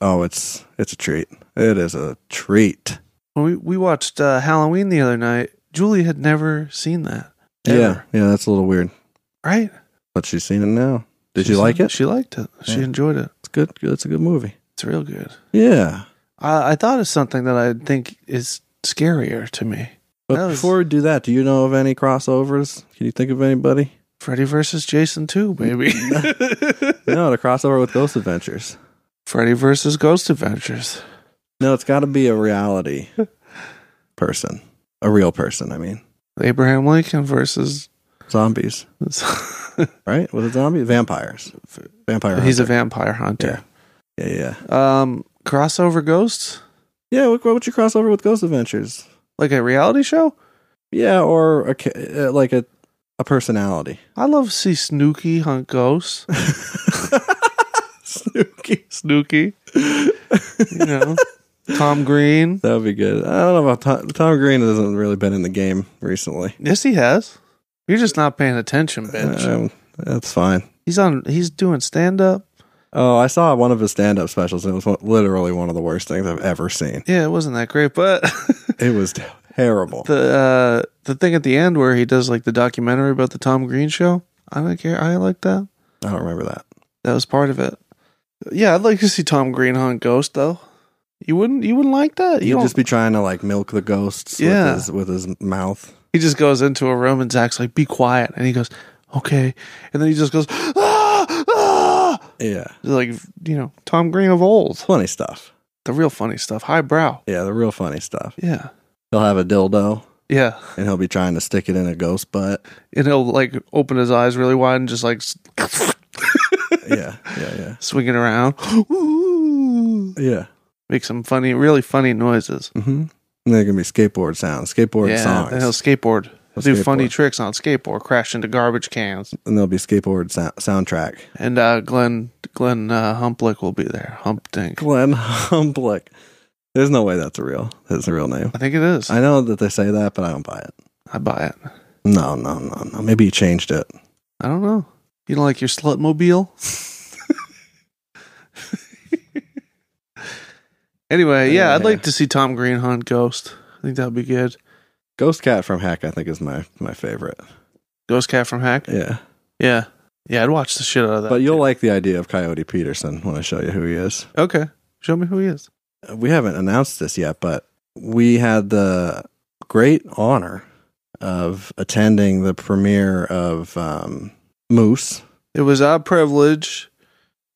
[SPEAKER 1] Oh, it's it's a treat. It is a treat.
[SPEAKER 2] When we we watched uh, Halloween the other night, Julie had never seen that.
[SPEAKER 1] Yeah,
[SPEAKER 2] ever,
[SPEAKER 1] yeah. That's a little weird,
[SPEAKER 2] Right.
[SPEAKER 1] but she's seen it now. Did
[SPEAKER 2] She
[SPEAKER 1] you like
[SPEAKER 2] said
[SPEAKER 1] it?
[SPEAKER 2] She liked it. She
[SPEAKER 1] Yeah.
[SPEAKER 2] enjoyed it.
[SPEAKER 1] It's good. It's a good movie.
[SPEAKER 2] It's real good.
[SPEAKER 1] Yeah.
[SPEAKER 2] I, I thought of something that I think is scarier to me.
[SPEAKER 1] But
[SPEAKER 2] That was-
[SPEAKER 1] before we do that, do you know of any crossovers? Can you think of
[SPEAKER 2] [laughs]
[SPEAKER 1] anybody?
[SPEAKER 2] Freddy versus Jason 2, baby.
[SPEAKER 1] [laughs] no, the crossover with Ghost Adventures.
[SPEAKER 2] [laughs] Freddy versus Ghost Adventures.
[SPEAKER 1] No, it's got to be a
[SPEAKER 2] [laughs]
[SPEAKER 1] reality person, a real person. I mean,
[SPEAKER 2] Abraham Lincoln versus. [laughs]
[SPEAKER 1] zombies, right? Was it zombies? Vampires. Vampire.
[SPEAKER 2] He's a
[SPEAKER 1] hunter.
[SPEAKER 2] vampire hunter.
[SPEAKER 1] yeah, yeah.
[SPEAKER 2] Um, crossover ghosts?
[SPEAKER 1] Yeah, what, what's your crossover with Ghost Adventures?
[SPEAKER 2] Like a reality show?
[SPEAKER 1] Yeah, or a, ca- uh, like a a personality. [laughs]
[SPEAKER 2] I love to see Snooky hunt ghosts.
[SPEAKER 1] Snooky. [laughs]
[SPEAKER 2] Snooky. You know, Tom Green.
[SPEAKER 1] That would be good. I don't know about Tom, Tom Green hasn't really been in the game recently.
[SPEAKER 2] Yes, he has. You're just not paying attention, bitch.
[SPEAKER 1] Um, that's fine.
[SPEAKER 2] he's on. He's doing stand up.
[SPEAKER 1] Oh, I saw one of his stand-up specials and it was one, literally one of the worst things I've ever seen.
[SPEAKER 2] Yeah, it wasn't that great, but [laughs]
[SPEAKER 1] It was terrible.
[SPEAKER 2] the uh, the thing at the end where he does like the documentary about the Tom Green show. I don't care. I like that.
[SPEAKER 1] I don't remember that.
[SPEAKER 2] That was part of it. Yeah, I'd like to see Tom Green hunt ghost though. You wouldn't. You wouldn't like that. You
[SPEAKER 1] He'd
[SPEAKER 2] don't,
[SPEAKER 1] just be trying to like milk the ghosts
[SPEAKER 2] Yeah.
[SPEAKER 1] with his with his mouth.
[SPEAKER 2] he just goes into a room and Zach's like, "Be quiet," and he goes, "Okay," and then he just goes, "Ah, ah,"
[SPEAKER 1] Yeah.
[SPEAKER 2] like you know, Tom Green of old,
[SPEAKER 1] Funny stuff.
[SPEAKER 2] the real funny stuff, highbrow.
[SPEAKER 1] Yeah, the real funny stuff.
[SPEAKER 2] Yeah,
[SPEAKER 1] He'll have a dildo
[SPEAKER 2] yeah.
[SPEAKER 1] and he'll be trying to stick it in a ghost butt.
[SPEAKER 2] And he'll like open his eyes really wide and just like [laughs] s-
[SPEAKER 1] yeah, yeah, yeah,
[SPEAKER 2] swing it around, Ooh.
[SPEAKER 1] yeah.
[SPEAKER 2] make some funny, really funny noises.
[SPEAKER 1] Mm-hmm. They're gonna be skateboard sounds, skateboard
[SPEAKER 2] yeah,
[SPEAKER 1] songs.
[SPEAKER 2] and he'll skateboard. do funny
[SPEAKER 1] skateboard.
[SPEAKER 2] tricks on skateboard, crash into garbage cans.
[SPEAKER 1] and there'll be skateboard sou- soundtrack. [laughs]
[SPEAKER 2] And uh, Glenn Glenn uh, Humplick will be there. Humpdink.
[SPEAKER 1] Glenn Humblick. There's no way that's a real. That's a real name.
[SPEAKER 2] I think it is. I,
[SPEAKER 1] I know that they say that, but I don't buy it.
[SPEAKER 2] buy it.
[SPEAKER 1] No, no, no, no. Maybe he changed it.
[SPEAKER 2] I don't know. You don't like your slut mobile? anyway, yeah, I'd
[SPEAKER 1] Anyway.
[SPEAKER 2] like to see Tom Green hunt Ghost. I think that'd be good.
[SPEAKER 1] Ghost Cat from Hack, I think, is my my favorite.
[SPEAKER 2] Ghost Cat from Hack.
[SPEAKER 1] Yeah,
[SPEAKER 2] Yeah, yeah, I'd watch the shit out of that.
[SPEAKER 1] but you'll
[SPEAKER 2] too.
[SPEAKER 1] like the idea of Coyote Peterson when I show you who he is.
[SPEAKER 2] okay. Show me who he is.
[SPEAKER 1] We haven't announced this yet, but we had the great honor of attending the premiere of um, Moose.
[SPEAKER 2] It was our privilege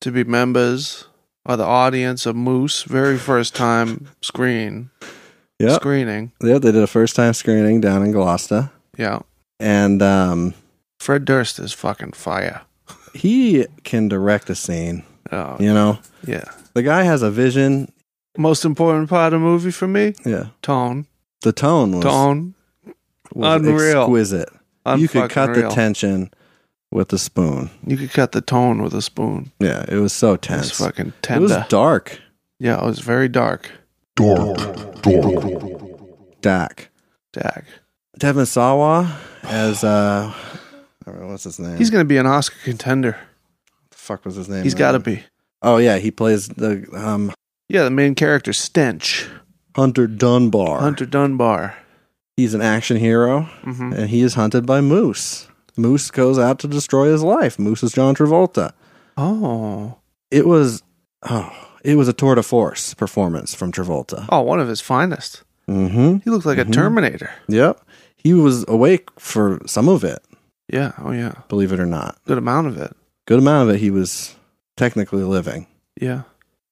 [SPEAKER 2] to be members of the audience of Moose very first time screen
[SPEAKER 1] Yep.
[SPEAKER 2] screening.
[SPEAKER 1] Yeah, they did a first time screening down in Gloucester,
[SPEAKER 2] Yeah,
[SPEAKER 1] and um,
[SPEAKER 2] Fred Durst is fucking fire.
[SPEAKER 1] he can direct a scene.
[SPEAKER 2] Oh, yeah.
[SPEAKER 1] You know, the guy has a vision.
[SPEAKER 2] Most important part of the movie for me,
[SPEAKER 1] Yeah,
[SPEAKER 2] tone,
[SPEAKER 1] the tone was,
[SPEAKER 2] tone.
[SPEAKER 1] was
[SPEAKER 2] Unreal.
[SPEAKER 1] exquisite. you could cut the
[SPEAKER 2] Unfucking-real.
[SPEAKER 1] tension with a spoon.
[SPEAKER 2] You could cut the tone with a spoon.
[SPEAKER 1] Yeah, it was so tense.
[SPEAKER 2] It's fucking
[SPEAKER 1] it
[SPEAKER 2] tender.
[SPEAKER 1] was dark,
[SPEAKER 2] yeah, it was very dark.
[SPEAKER 1] Dak.
[SPEAKER 2] Dag.
[SPEAKER 1] Devin Sawa as uh, I don't know, what's his name?
[SPEAKER 2] He's gonna be an Oscar contender.
[SPEAKER 1] the fuck was his name?
[SPEAKER 2] He's got to be.
[SPEAKER 1] Oh yeah, he plays the um
[SPEAKER 2] Yeah, the main character, Stench,
[SPEAKER 1] Hunter Dunbar.
[SPEAKER 2] Hunter Dunbar.
[SPEAKER 1] He's an action hero,
[SPEAKER 2] hmm
[SPEAKER 1] and he is hunted by Moose. Moose goes out to destroy his life. Moose is John Travolta.
[SPEAKER 2] Oh,
[SPEAKER 1] It was oh, it was a tour de force performance from Travolta.
[SPEAKER 2] oh, one of his finest.
[SPEAKER 1] Mm-hmm.
[SPEAKER 2] He looked like a
[SPEAKER 1] Mhm.
[SPEAKER 2] Terminator.
[SPEAKER 1] Yep. He was awake for some of it,
[SPEAKER 2] Yeah. Oh, yeah.
[SPEAKER 1] believe it or not.
[SPEAKER 2] Good amount of it.
[SPEAKER 1] Good amount of it he was technically living.
[SPEAKER 2] Yeah.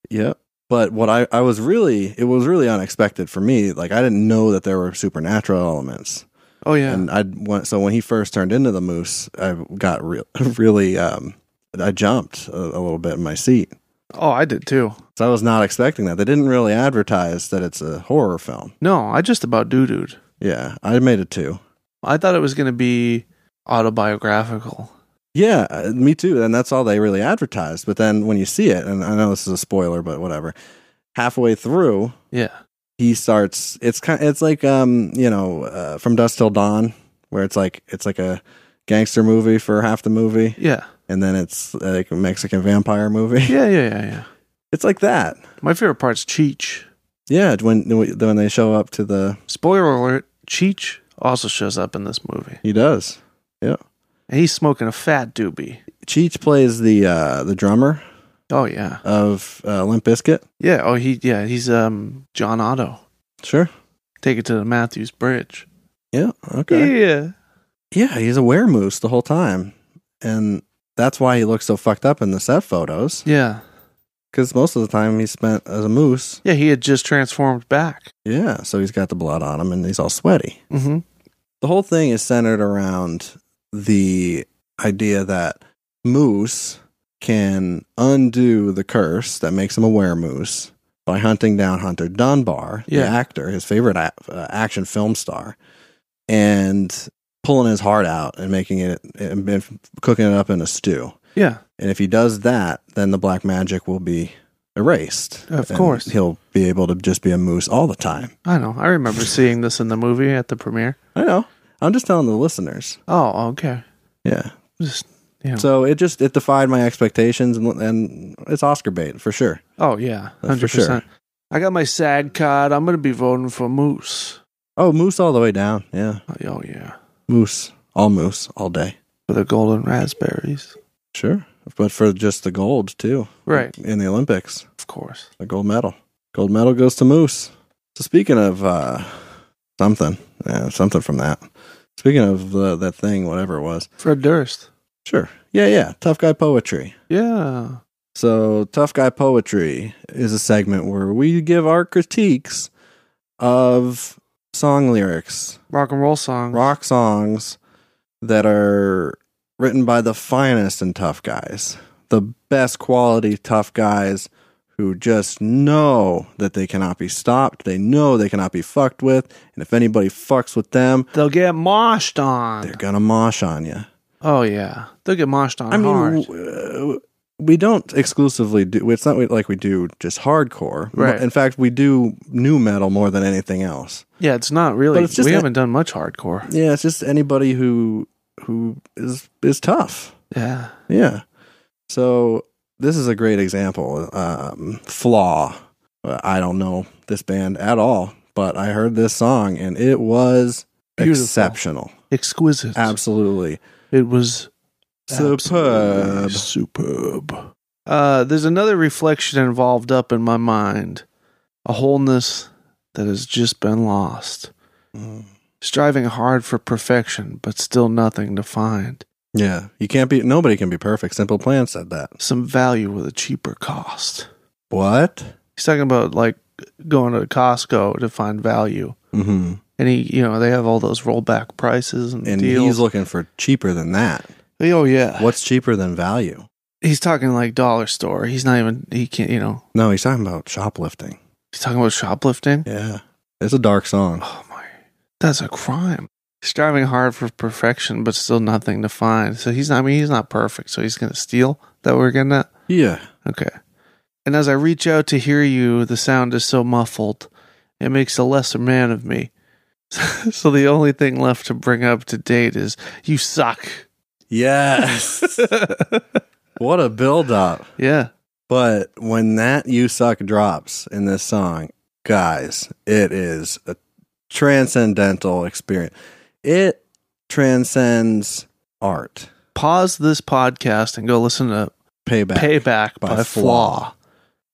[SPEAKER 1] Yep. But what I, I was really it was really unexpected for me. Like I didn't know that there were supernatural elements.
[SPEAKER 2] Oh, yeah.
[SPEAKER 1] And I went so when he first turned into the moose, I got real [laughs] really um I jumped a, a little bit in my seat.
[SPEAKER 2] oh, I did too.
[SPEAKER 1] So I was not expecting that. They didn't really advertise that it's a horror film.
[SPEAKER 2] No, I just about doo dooed.
[SPEAKER 1] Yeah, I made it too.
[SPEAKER 2] I thought it was gonna be autobiographical.
[SPEAKER 1] Yeah, uh, me too. And that's all they really advertised. But then when you see it, and I know this is a spoiler, but whatever. Halfway through,
[SPEAKER 2] Yeah.
[SPEAKER 1] he starts. It's kind. It's like um, you know, uh, from dusk till dawn, where it's like it's like a gangster movie for half the movie,
[SPEAKER 2] Yeah.
[SPEAKER 1] and then it's like a Mexican vampire movie. [laughs]
[SPEAKER 2] Yeah. Yeah. Yeah. Yeah.
[SPEAKER 1] It's like that.
[SPEAKER 2] My favorite part's Cheech.
[SPEAKER 1] Yeah, when when they show up to the,
[SPEAKER 2] Spoiler alert: Cheech also shows up in this movie,
[SPEAKER 1] he does. Yeah,
[SPEAKER 2] and he's smoking a fat doobie.
[SPEAKER 1] Cheech plays the uh, the drummer
[SPEAKER 2] Oh yeah,
[SPEAKER 1] of uh, Limp Bizkit.
[SPEAKER 2] yeah. Oh he, yeah. He's um John Otto.
[SPEAKER 1] Sure.
[SPEAKER 2] Take it to the Matthews Bridge.
[SPEAKER 1] Yeah. Okay.
[SPEAKER 2] Yeah.
[SPEAKER 1] Yeah, he's a weremoose the whole time. And that's why he looks so fucked up in the set photos.
[SPEAKER 2] Yeah.
[SPEAKER 1] Because most of the time he's spent as a moose.
[SPEAKER 2] Yeah. He had just transformed back.
[SPEAKER 1] Yeah, so he's got the blood on him and he's all sweaty.
[SPEAKER 2] Mm-hmm.
[SPEAKER 1] The whole thing is centered around the idea that moose can undo the curse that makes him a weremoose by hunting down Hunter Dunbar,
[SPEAKER 2] Yeah.
[SPEAKER 1] the actor, his favorite a- uh, action film star, and pulling his heart out and making it, and and cooking it up in a stew.
[SPEAKER 2] Yeah.
[SPEAKER 1] And if he does that, then the black magic will be erased.
[SPEAKER 2] Of
[SPEAKER 1] And
[SPEAKER 2] course.
[SPEAKER 1] He'll be able to just be a moose all the time.
[SPEAKER 2] I know. I remember seeing this in the movie at the premiere.
[SPEAKER 1] I know. I'm just telling the listeners.
[SPEAKER 2] Oh, okay.
[SPEAKER 1] Yeah.
[SPEAKER 2] Just yeah.
[SPEAKER 1] So it just it defied my expectations and and it's Oscar bait for sure.
[SPEAKER 2] oh yeah.
[SPEAKER 1] That's for
[SPEAKER 2] Hundred
[SPEAKER 1] sure.
[SPEAKER 2] percent. I got my SAG card. I'm gonna be voting for Moose.
[SPEAKER 1] Oh, moose all the way down. Yeah.
[SPEAKER 2] Oh yeah.
[SPEAKER 1] Moose. All moose all day.
[SPEAKER 2] For the golden raspberries.
[SPEAKER 1] Sure. But for just the gold too.
[SPEAKER 2] Right.
[SPEAKER 1] In the Olympics.
[SPEAKER 2] Of course.
[SPEAKER 1] The gold medal. Gold medal goes to Moose. So speaking of uh, something, yeah, something from that. Speaking of the, that thing, whatever it was.
[SPEAKER 2] Fred Durst.
[SPEAKER 1] Sure. Yeah, yeah. Tough guy poetry.
[SPEAKER 2] Yeah.
[SPEAKER 1] So tough guy poetry is a segment where we give our critiques of song lyrics,
[SPEAKER 2] Rock and roll songs.
[SPEAKER 1] rock songs that are written by the finest and tough guys, the best quality tough guys who just know that they cannot be stopped. They know they cannot be fucked with. And if anybody fucks with them,
[SPEAKER 2] They'll get moshed on.
[SPEAKER 1] they're going to mosh on you.
[SPEAKER 2] Oh yeah, they'll get moshed on
[SPEAKER 1] I mean,
[SPEAKER 2] hard.
[SPEAKER 1] w- uh, we don't exclusively do. It's not like we do just hardcore.
[SPEAKER 2] Right.
[SPEAKER 1] In fact, we do new metal more than anything else.
[SPEAKER 2] yeah, it's not really.
[SPEAKER 1] But it's just
[SPEAKER 2] we
[SPEAKER 1] that-
[SPEAKER 2] haven't done much hardcore.
[SPEAKER 1] Yeah, it's just anybody who who is is tough.
[SPEAKER 2] Yeah,
[SPEAKER 1] Yeah. So this is a great example. Um, Flaw. Uh, I don't know this band at all, but I heard this song and it was
[SPEAKER 2] Beautiful.
[SPEAKER 1] exceptional.
[SPEAKER 2] exquisite.
[SPEAKER 1] Absolutely.
[SPEAKER 2] It was
[SPEAKER 1] Superb.
[SPEAKER 2] absolutely Superb. Uh, there's another reflection involved up in my mind, a wholeness that has just been lost,
[SPEAKER 1] Mm.
[SPEAKER 2] striving hard for perfection, but still nothing to find.
[SPEAKER 1] Yeah. You can't be, nobody can be perfect. Simple Plan said that.
[SPEAKER 2] Some value with a cheaper cost.
[SPEAKER 1] What?
[SPEAKER 2] He's talking about like going to Costco to find value.
[SPEAKER 1] Mm-hmm.
[SPEAKER 2] And he, you know, they have all those rollback prices and,
[SPEAKER 1] And
[SPEAKER 2] deals.
[SPEAKER 1] he's looking for cheaper than that.
[SPEAKER 2] oh yeah,
[SPEAKER 1] What's cheaper than value?
[SPEAKER 2] he's talking like dollar store. He's not even. He can't. You know,
[SPEAKER 1] No, he's talking about shoplifting.
[SPEAKER 2] he's talking about shoplifting.
[SPEAKER 1] Yeah. It's a dark song.
[SPEAKER 2] Oh my, that's a crime. Striving hard for perfection, but still nothing to find. So he's not. I mean, he's not perfect. So he's gonna steal. That we're gonna.
[SPEAKER 1] Yeah.
[SPEAKER 2] Okay. And as I reach out to hear you, the sound is so muffled, it makes a lesser man of me. [laughs] so the only thing left to bring up to date is
[SPEAKER 1] [laughs]
[SPEAKER 2] you suck.
[SPEAKER 1] Yes. [laughs] what a build up.
[SPEAKER 2] Yeah.
[SPEAKER 1] But when that You Suck drops in this song, guys, it is a transcendental experience. It transcends art.
[SPEAKER 2] Pause this podcast and go listen to
[SPEAKER 1] Payback.
[SPEAKER 2] Payback by,
[SPEAKER 1] By
[SPEAKER 2] Flaw.
[SPEAKER 1] Flaw.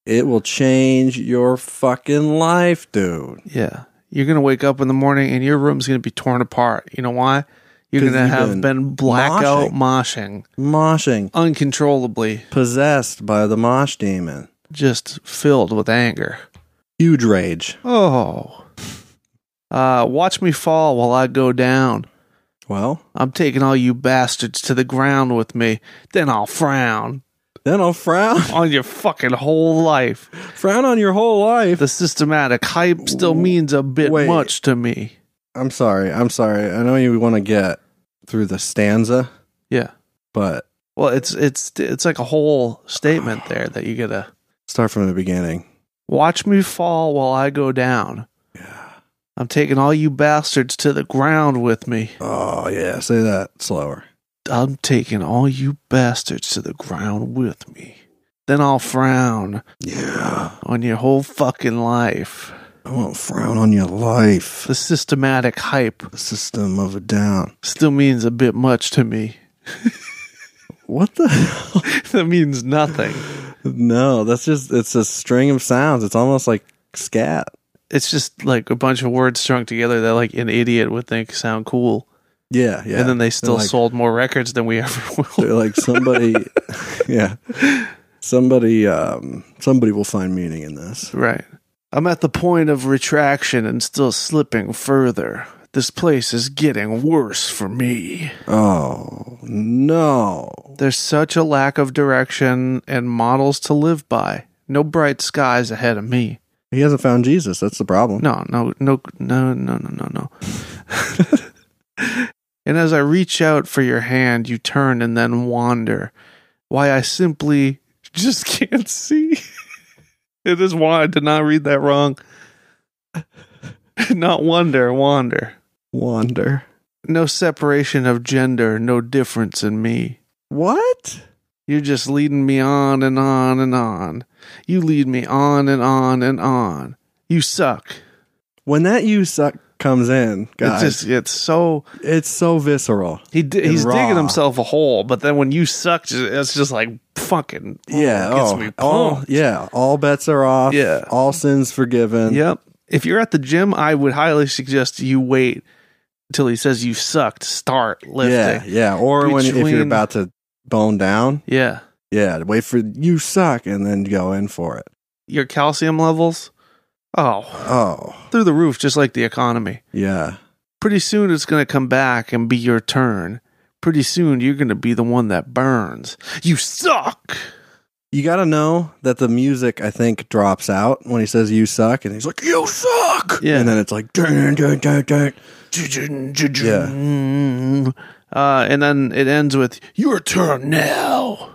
[SPEAKER 1] it will change your fucking life, dude.
[SPEAKER 2] Yeah. You're going to wake up in the morning and your room's going to be torn apart. You know why? You're
[SPEAKER 1] 'Cause
[SPEAKER 2] going to
[SPEAKER 1] you've been
[SPEAKER 2] have been blackout moshing
[SPEAKER 1] Moshing.
[SPEAKER 2] uncontrollably,
[SPEAKER 1] Possessed by the mosh demon.
[SPEAKER 2] just filled with anger.
[SPEAKER 1] Huge rage.
[SPEAKER 2] Oh. Uh, watch me fall while I go down.
[SPEAKER 1] Well,
[SPEAKER 2] I'm taking all you bastards to the ground with me. Then I'll frown
[SPEAKER 1] then I'll frown. [laughs]
[SPEAKER 2] on your fucking whole life.
[SPEAKER 1] frown on your whole life.
[SPEAKER 2] The systematic hype still means a bit
[SPEAKER 1] Wait.
[SPEAKER 2] much to me.
[SPEAKER 1] I'm sorry. I'm sorry. I know you want to get through the stanza,
[SPEAKER 2] Yeah.
[SPEAKER 1] but
[SPEAKER 2] Well, it's it's it's like a whole
[SPEAKER 1] [sighs]
[SPEAKER 2] statement there that you gotta
[SPEAKER 1] start from the beginning.
[SPEAKER 2] watch me fall while I go down. Yeah. I'm taking all you bastards to the ground with me.
[SPEAKER 1] Oh yeah, say that slower.
[SPEAKER 2] I'm taking all you bastards to the ground with me. Then I'll frown
[SPEAKER 1] Yeah.
[SPEAKER 2] on your whole fucking life.
[SPEAKER 1] I won't frown on your life.
[SPEAKER 2] The systematic hype
[SPEAKER 1] The system of a down.
[SPEAKER 2] still means a bit much to me. [laughs]
[SPEAKER 1] What the hell? [laughs]
[SPEAKER 2] that means nothing.
[SPEAKER 1] No, that's just it's a string of sounds. It's almost like scat.
[SPEAKER 2] It's just like a bunch of words strung together that like an idiot would think sound cool.
[SPEAKER 1] Yeah, yeah.
[SPEAKER 2] and then they still
[SPEAKER 1] They're like,
[SPEAKER 2] sold more records than we ever [laughs] will.
[SPEAKER 1] they're like somebody [laughs] Yeah. Somebody um somebody will find meaning in this.
[SPEAKER 2] Right. I'm at the point of retraction and still slipping further. This place is getting worse for me.
[SPEAKER 1] Oh no.
[SPEAKER 2] There's such a lack of direction and models to live by. No bright skies ahead of me.
[SPEAKER 1] He hasn't found Jesus, that's the problem.
[SPEAKER 2] No, no, no, no, no, no, no, [laughs] no. and as I reach out for your hand, you turn and then wander. Why I simply just [laughs] can't see. it is why I did not read that wrong. [laughs] not wonder, wander.
[SPEAKER 1] Wander.
[SPEAKER 2] No separation of gender, no difference in me.
[SPEAKER 1] What?
[SPEAKER 2] You're just leading me on and on and on. You lead me on and on and on. You suck.
[SPEAKER 1] When that you suck comes in, guys,
[SPEAKER 2] It's just Oh, it's so
[SPEAKER 1] it's so visceral.
[SPEAKER 2] he di-
[SPEAKER 1] And
[SPEAKER 2] he's
[SPEAKER 1] raw.
[SPEAKER 2] digging himself a hole, but then when you suck, ju- it's just like fucking
[SPEAKER 1] Yeah.
[SPEAKER 2] it gets
[SPEAKER 1] oh,
[SPEAKER 2] me
[SPEAKER 1] all,
[SPEAKER 2] pumped.
[SPEAKER 1] yeah. All bets are off.
[SPEAKER 2] Yeah.
[SPEAKER 1] All sins forgiven.
[SPEAKER 2] Yep. If you're at the gym, I would highly suggest you wait until he says you suck to start
[SPEAKER 1] Yeah.
[SPEAKER 2] lifting.
[SPEAKER 1] Yeah. Or when if
[SPEAKER 2] Between-
[SPEAKER 1] you're about to bone down,
[SPEAKER 2] Yeah. yeah.
[SPEAKER 1] yeah, wait for you suck and then go in for it.
[SPEAKER 2] Your calcium levels, oh,
[SPEAKER 1] Oh,
[SPEAKER 2] through the roof, just like the economy.
[SPEAKER 1] yeah.
[SPEAKER 2] pretty soon it's going to come back and be your turn. Pretty soon you're going to be the one that burns. You suck.
[SPEAKER 1] You got to know that the music, I think, drops out when he says "you suck," and he's like, "You suck,"
[SPEAKER 2] Yeah.
[SPEAKER 1] and then it's like, dun, dun, dun, dun.
[SPEAKER 2] Yeah. Uh, and then it ends with your turn now.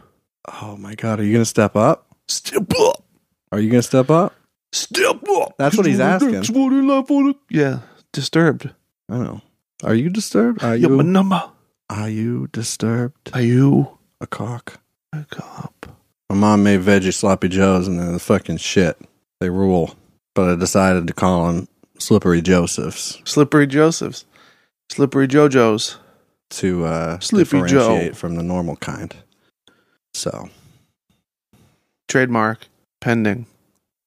[SPEAKER 1] "Oh my god, are you gonna step up?
[SPEAKER 2] Step up.
[SPEAKER 1] Are you gonna step up?"
[SPEAKER 2] Step up.
[SPEAKER 1] That's what he's asking.
[SPEAKER 2] That's what he left on the- Yeah. Disturbed.
[SPEAKER 1] I don't know. Are you disturbed? Are
[SPEAKER 2] Yeah, my
[SPEAKER 1] you?
[SPEAKER 2] number.
[SPEAKER 1] Are you disturbed?
[SPEAKER 2] Are you
[SPEAKER 1] A cock.
[SPEAKER 2] a cop?
[SPEAKER 1] My mom made veggie sloppy joes, and they're the fucking shit. They rule. But I decided to call them slippery Josephs
[SPEAKER 2] Slippery Joseph's. Slippery JoJo's.
[SPEAKER 1] to uh,
[SPEAKER 2] Slippery Joe.
[SPEAKER 1] differentiate from the normal kind. So
[SPEAKER 2] Trademark. Pending.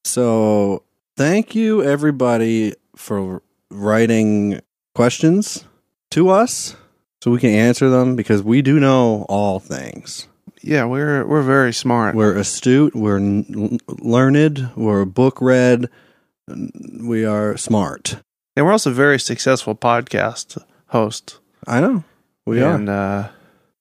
[SPEAKER 1] So, thank you everybody for writing questions to us so we can answer them because we do know all things.
[SPEAKER 2] Yeah, we're we're very smart.
[SPEAKER 1] We're astute, we're n- learned, we're book read, n- we are smart.
[SPEAKER 2] and we're also very successful podcast hosts.
[SPEAKER 1] I know. We are.
[SPEAKER 2] and uh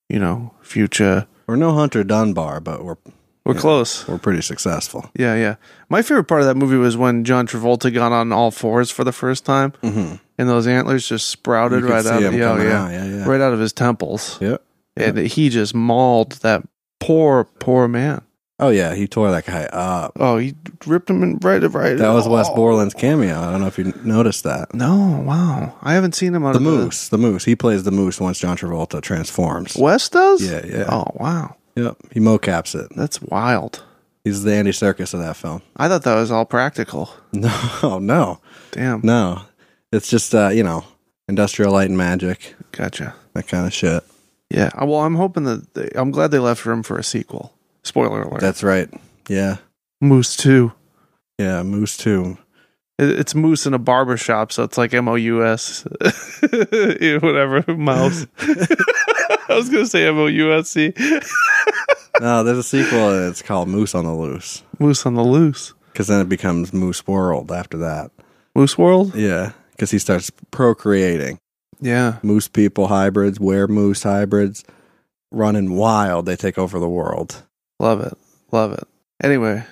[SPEAKER 2] you know, future
[SPEAKER 1] We're no Hunter Dunbar, but we're
[SPEAKER 2] we're
[SPEAKER 1] Yeah.
[SPEAKER 2] close.
[SPEAKER 1] we're pretty successful.
[SPEAKER 2] Yeah, yeah. My favorite part of that movie was when John Travolta got on all fours for the first time,
[SPEAKER 1] Mhm.
[SPEAKER 2] and those antlers just sprouted
[SPEAKER 1] You can
[SPEAKER 2] Mm-hmm. right
[SPEAKER 1] see
[SPEAKER 2] out,
[SPEAKER 1] him
[SPEAKER 2] yeah,
[SPEAKER 1] coming
[SPEAKER 2] yeah,
[SPEAKER 1] out, yeah, yeah.
[SPEAKER 2] right out of his temples,
[SPEAKER 1] Yep.
[SPEAKER 2] and he just mauled that poor, poor man.
[SPEAKER 1] Oh yeah, he tore that guy up.
[SPEAKER 2] Oh, he ripped him in right, right.
[SPEAKER 1] That was Wes
[SPEAKER 2] oh.
[SPEAKER 1] Borland's cameo. I don't know if you noticed that.
[SPEAKER 2] No, wow, I haven't seen him on
[SPEAKER 1] the moose, the moose. He plays the moose once John Travolta transforms.
[SPEAKER 2] West does.
[SPEAKER 1] Yeah, yeah.
[SPEAKER 2] Oh, wow,
[SPEAKER 1] Yep, he mocaps it.
[SPEAKER 2] that's wild.
[SPEAKER 1] He's the Andy Circus of that film. [laughs]
[SPEAKER 2] I thought that was all practical.
[SPEAKER 1] No, no,
[SPEAKER 2] Damn.
[SPEAKER 1] no. It's just uh, you know, industrial light and magic,
[SPEAKER 2] Gotcha.
[SPEAKER 1] that kind of shit.
[SPEAKER 2] Yeah. uh, Well, I'm hoping that they, I'm glad they left room for a sequel. Spoiler alert.
[SPEAKER 1] That's right. Yeah,
[SPEAKER 2] Moose Two.
[SPEAKER 1] yeah. Moose too.
[SPEAKER 2] It- It's moose in a barber shop, so it's like M O U S, [laughs] Yeah, whatever [laughs] mouse. I was gonna say M O U S E. C,
[SPEAKER 1] No, there's a sequel. and It's called Moose on the Loose
[SPEAKER 2] moose on the loose,
[SPEAKER 1] because then it becomes Moose World after that.
[SPEAKER 2] moose world.
[SPEAKER 1] Yeah, because he starts procreating.
[SPEAKER 2] Yeah,
[SPEAKER 1] Moose people hybrids, were moose hybrids, running wild. They take over the world.
[SPEAKER 2] love it, love it. Anyway,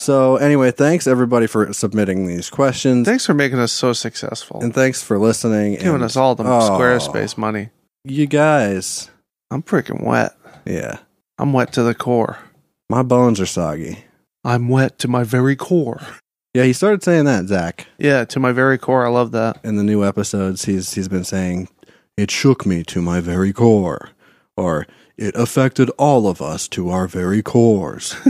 [SPEAKER 1] So, anyway, thanks everybody for submitting these questions.
[SPEAKER 2] thanks for making us so successful,
[SPEAKER 1] And thanks for listening.
[SPEAKER 2] giving
[SPEAKER 1] and-
[SPEAKER 2] us all the
[SPEAKER 1] Oh,
[SPEAKER 2] Squarespace money.
[SPEAKER 1] You guys.
[SPEAKER 2] I'm freaking wet.
[SPEAKER 1] Yeah.
[SPEAKER 2] I'm wet to the core.
[SPEAKER 1] My bones are soggy.
[SPEAKER 2] I'm wet to my very core.
[SPEAKER 1] Yeah, he started saying that, Zach,
[SPEAKER 2] Yeah, to my very core. I love that.
[SPEAKER 1] in the new episodes. He's he's been saying, It shook me to my very core. Or it affected all of us to our very cores. [laughs]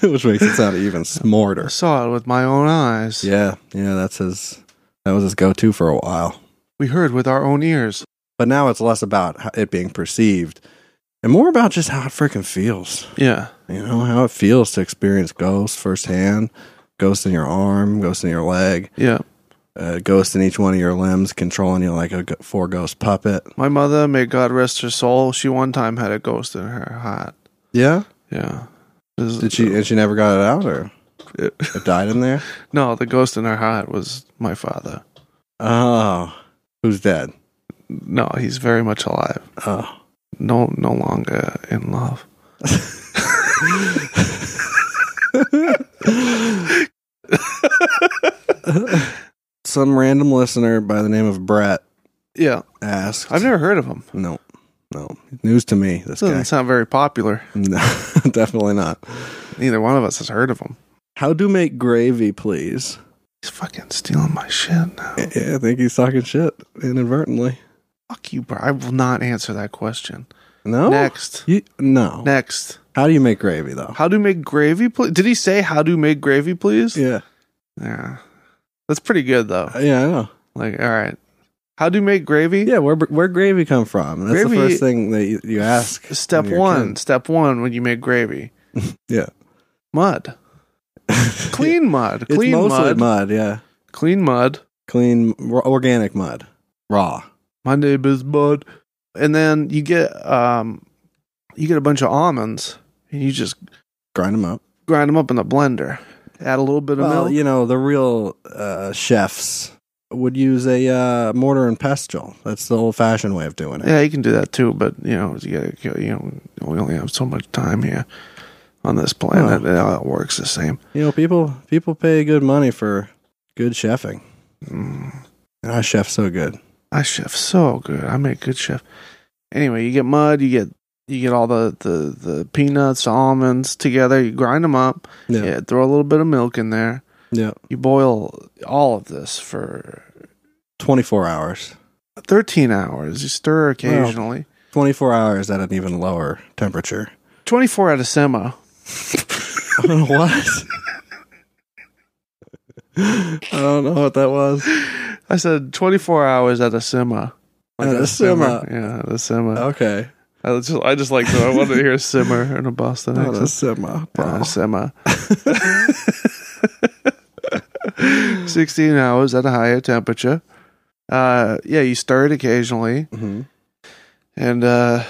[SPEAKER 1] Which makes it sound even
[SPEAKER 2] I [laughs]
[SPEAKER 1] smarter.
[SPEAKER 2] saw it with my own eyes.
[SPEAKER 1] Yeah, yeah, that's his that was his go to for a while.
[SPEAKER 2] We heard with our own ears.
[SPEAKER 1] But now it's less about how- it being perceived and more about just how it freaking feels.
[SPEAKER 2] Yeah.
[SPEAKER 1] You know, how it feels to experience ghosts firsthand ghosts in your arm, ghosts in your leg,
[SPEAKER 2] Yeah.
[SPEAKER 1] uh, ghosts in each one of your limbs, controlling you like a g- four ghost puppet.
[SPEAKER 2] My mother, may God rest her soul, she one time had a ghost in her hat.
[SPEAKER 1] Yeah.
[SPEAKER 2] Yeah.
[SPEAKER 1] Did she, and she never got it out or [laughs] it, died in there?
[SPEAKER 2] No, the ghost in her hat was my father.
[SPEAKER 1] Oh, who's dead?
[SPEAKER 2] No, he's very much alive.
[SPEAKER 1] Oh, [laughs]
[SPEAKER 2] No, no longer in love.
[SPEAKER 1] some random listener by the name of Brett
[SPEAKER 2] Yeah,
[SPEAKER 1] asked.
[SPEAKER 2] I've never heard of him.
[SPEAKER 1] No, no. News to me. This
[SPEAKER 2] Doesn't
[SPEAKER 1] guy. [laughs]
[SPEAKER 2] sound very popular.
[SPEAKER 1] No, definitely not.
[SPEAKER 2] Neither one of us has heard of him.
[SPEAKER 1] How do make gravy, please?
[SPEAKER 2] He's fucking stealing my shit now.
[SPEAKER 1] Yeah, I think he's talking shit inadvertently.
[SPEAKER 2] Fuck you, bro. I will not answer that question.
[SPEAKER 1] No.
[SPEAKER 2] Next.
[SPEAKER 1] You, no.
[SPEAKER 2] Next.
[SPEAKER 1] How do you make gravy though?
[SPEAKER 2] How do make gravy, please? Did he say how do make gravy, please?
[SPEAKER 1] Yeah.
[SPEAKER 2] Yeah. That's pretty good though.
[SPEAKER 1] Yeah, I know.
[SPEAKER 2] Like, all right. How do you make gravy?
[SPEAKER 1] Yeah, where where gravy come from? That's
[SPEAKER 2] Gravy-
[SPEAKER 1] the first thing that you, you ask.
[SPEAKER 2] Step
[SPEAKER 1] when you're a [laughs]
[SPEAKER 2] one. Step one when you make gravy.
[SPEAKER 1] Yeah.
[SPEAKER 2] Mud.
[SPEAKER 1] kid. [laughs]
[SPEAKER 2] Clean mud.
[SPEAKER 1] It's
[SPEAKER 2] Clean
[SPEAKER 1] mostly
[SPEAKER 2] mud.
[SPEAKER 1] mud. Yeah.
[SPEAKER 2] Clean mud.
[SPEAKER 1] Clean r- organic mud. Raw.
[SPEAKER 2] My name is Mud. And then you get um you get a bunch of almonds and you just
[SPEAKER 1] Grind them up.
[SPEAKER 2] grind them up in the blender. Add a little bit of
[SPEAKER 1] Well,
[SPEAKER 2] milk.
[SPEAKER 1] you know the real uh, chefs would use a uh, mortar and pestle. That's the old fashioned way of doing it.
[SPEAKER 2] Yeah, you can do that too, but you know, you gotta, you know, we only have so much time here. on this planet. It all works the same.
[SPEAKER 1] You know, people people pay good money for good chefing.
[SPEAKER 2] Mm.
[SPEAKER 1] And I chef so good.
[SPEAKER 2] I chef so good. I make good chef. Anyway, you get mud, you get you get all the the the peanuts, almonds together. You grind them up.
[SPEAKER 1] Yeah.
[SPEAKER 2] Yeah, throw a little bit of milk in there.
[SPEAKER 1] Yeah.
[SPEAKER 2] You boil all of this for
[SPEAKER 1] 24 hours.
[SPEAKER 2] 13 hours. You stir occasionally.
[SPEAKER 1] 24 hours at an even lower temperature. [laughs]
[SPEAKER 2] 24 out of sema.
[SPEAKER 1] I don't know what. [laughs] I don't know what that was.
[SPEAKER 2] I said 24 hours at a sema.
[SPEAKER 1] At a Oh.
[SPEAKER 2] a
[SPEAKER 1] simmer.
[SPEAKER 2] simmer. Yeah, at a sema.
[SPEAKER 1] Okay.
[SPEAKER 2] I just I just like that. I wanted to hear simmer in a
[SPEAKER 1] [laughs]
[SPEAKER 2] Boston
[SPEAKER 1] Not a
[SPEAKER 2] accent.
[SPEAKER 1] simmer,
[SPEAKER 2] Yeah,
[SPEAKER 1] bro.
[SPEAKER 2] [laughs] simmer. 16 hours at a higher temperature. Uh, yeah, you stir it occasionally,
[SPEAKER 1] Mhm.
[SPEAKER 2] and uh,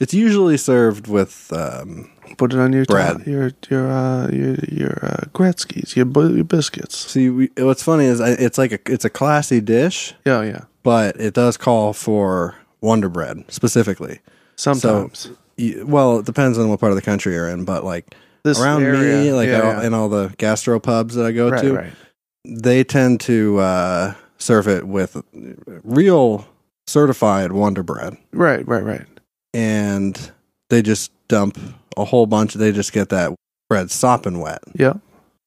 [SPEAKER 1] It's usually served with um,
[SPEAKER 2] put it on your
[SPEAKER 1] Bread.
[SPEAKER 2] top- your your uh, your your uh, Gretzky's, your, bu- your biscuits.
[SPEAKER 1] See, we, what's funny is I, it's like a it's a classy dish,
[SPEAKER 2] Yeah, Oh, yeah.
[SPEAKER 1] but it does call for Wonder Bread specifically.
[SPEAKER 2] Sometimes
[SPEAKER 1] Y- Well, it depends on what part of the country you're in, but like
[SPEAKER 2] this
[SPEAKER 1] around me,
[SPEAKER 2] area-
[SPEAKER 1] like
[SPEAKER 2] yeah,
[SPEAKER 1] all,
[SPEAKER 2] yeah.
[SPEAKER 1] in all the gastro pubs that I go
[SPEAKER 2] right,
[SPEAKER 1] to,
[SPEAKER 2] right.
[SPEAKER 1] they tend to uh, serve it with real certified Wonder Bread,
[SPEAKER 2] right, right, right.
[SPEAKER 1] and they just dump a whole bunch. They just get that bread sopping wet
[SPEAKER 2] Yeah,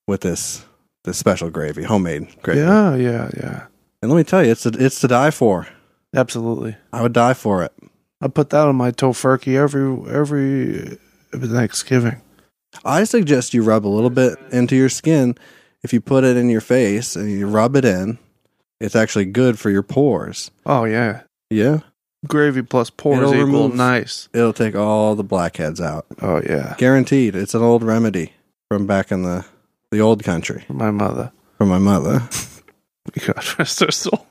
[SPEAKER 1] with this this special gravy, homemade gravy.
[SPEAKER 2] yeah, yeah, yeah.
[SPEAKER 1] And let me tell you, it's it's to die for.
[SPEAKER 2] Absolutely.
[SPEAKER 1] I would die for it.
[SPEAKER 2] I put that on my tofurkey every every Thanksgiving.
[SPEAKER 1] I suggest you rub a little bit into your skin. If you put it in your face and you rub it in, it's actually good for your pores.
[SPEAKER 2] Oh yeah,
[SPEAKER 1] Yeah.
[SPEAKER 2] gravy plus pores
[SPEAKER 1] It'll
[SPEAKER 2] equal
[SPEAKER 1] remove-
[SPEAKER 2] nice.
[SPEAKER 1] It'll take all the blackheads out.
[SPEAKER 2] Oh yeah,
[SPEAKER 1] Guaranteed. It's an old remedy from back in the, the old country
[SPEAKER 2] my mother.
[SPEAKER 1] from my mother. [laughs]
[SPEAKER 2] God rest her soul.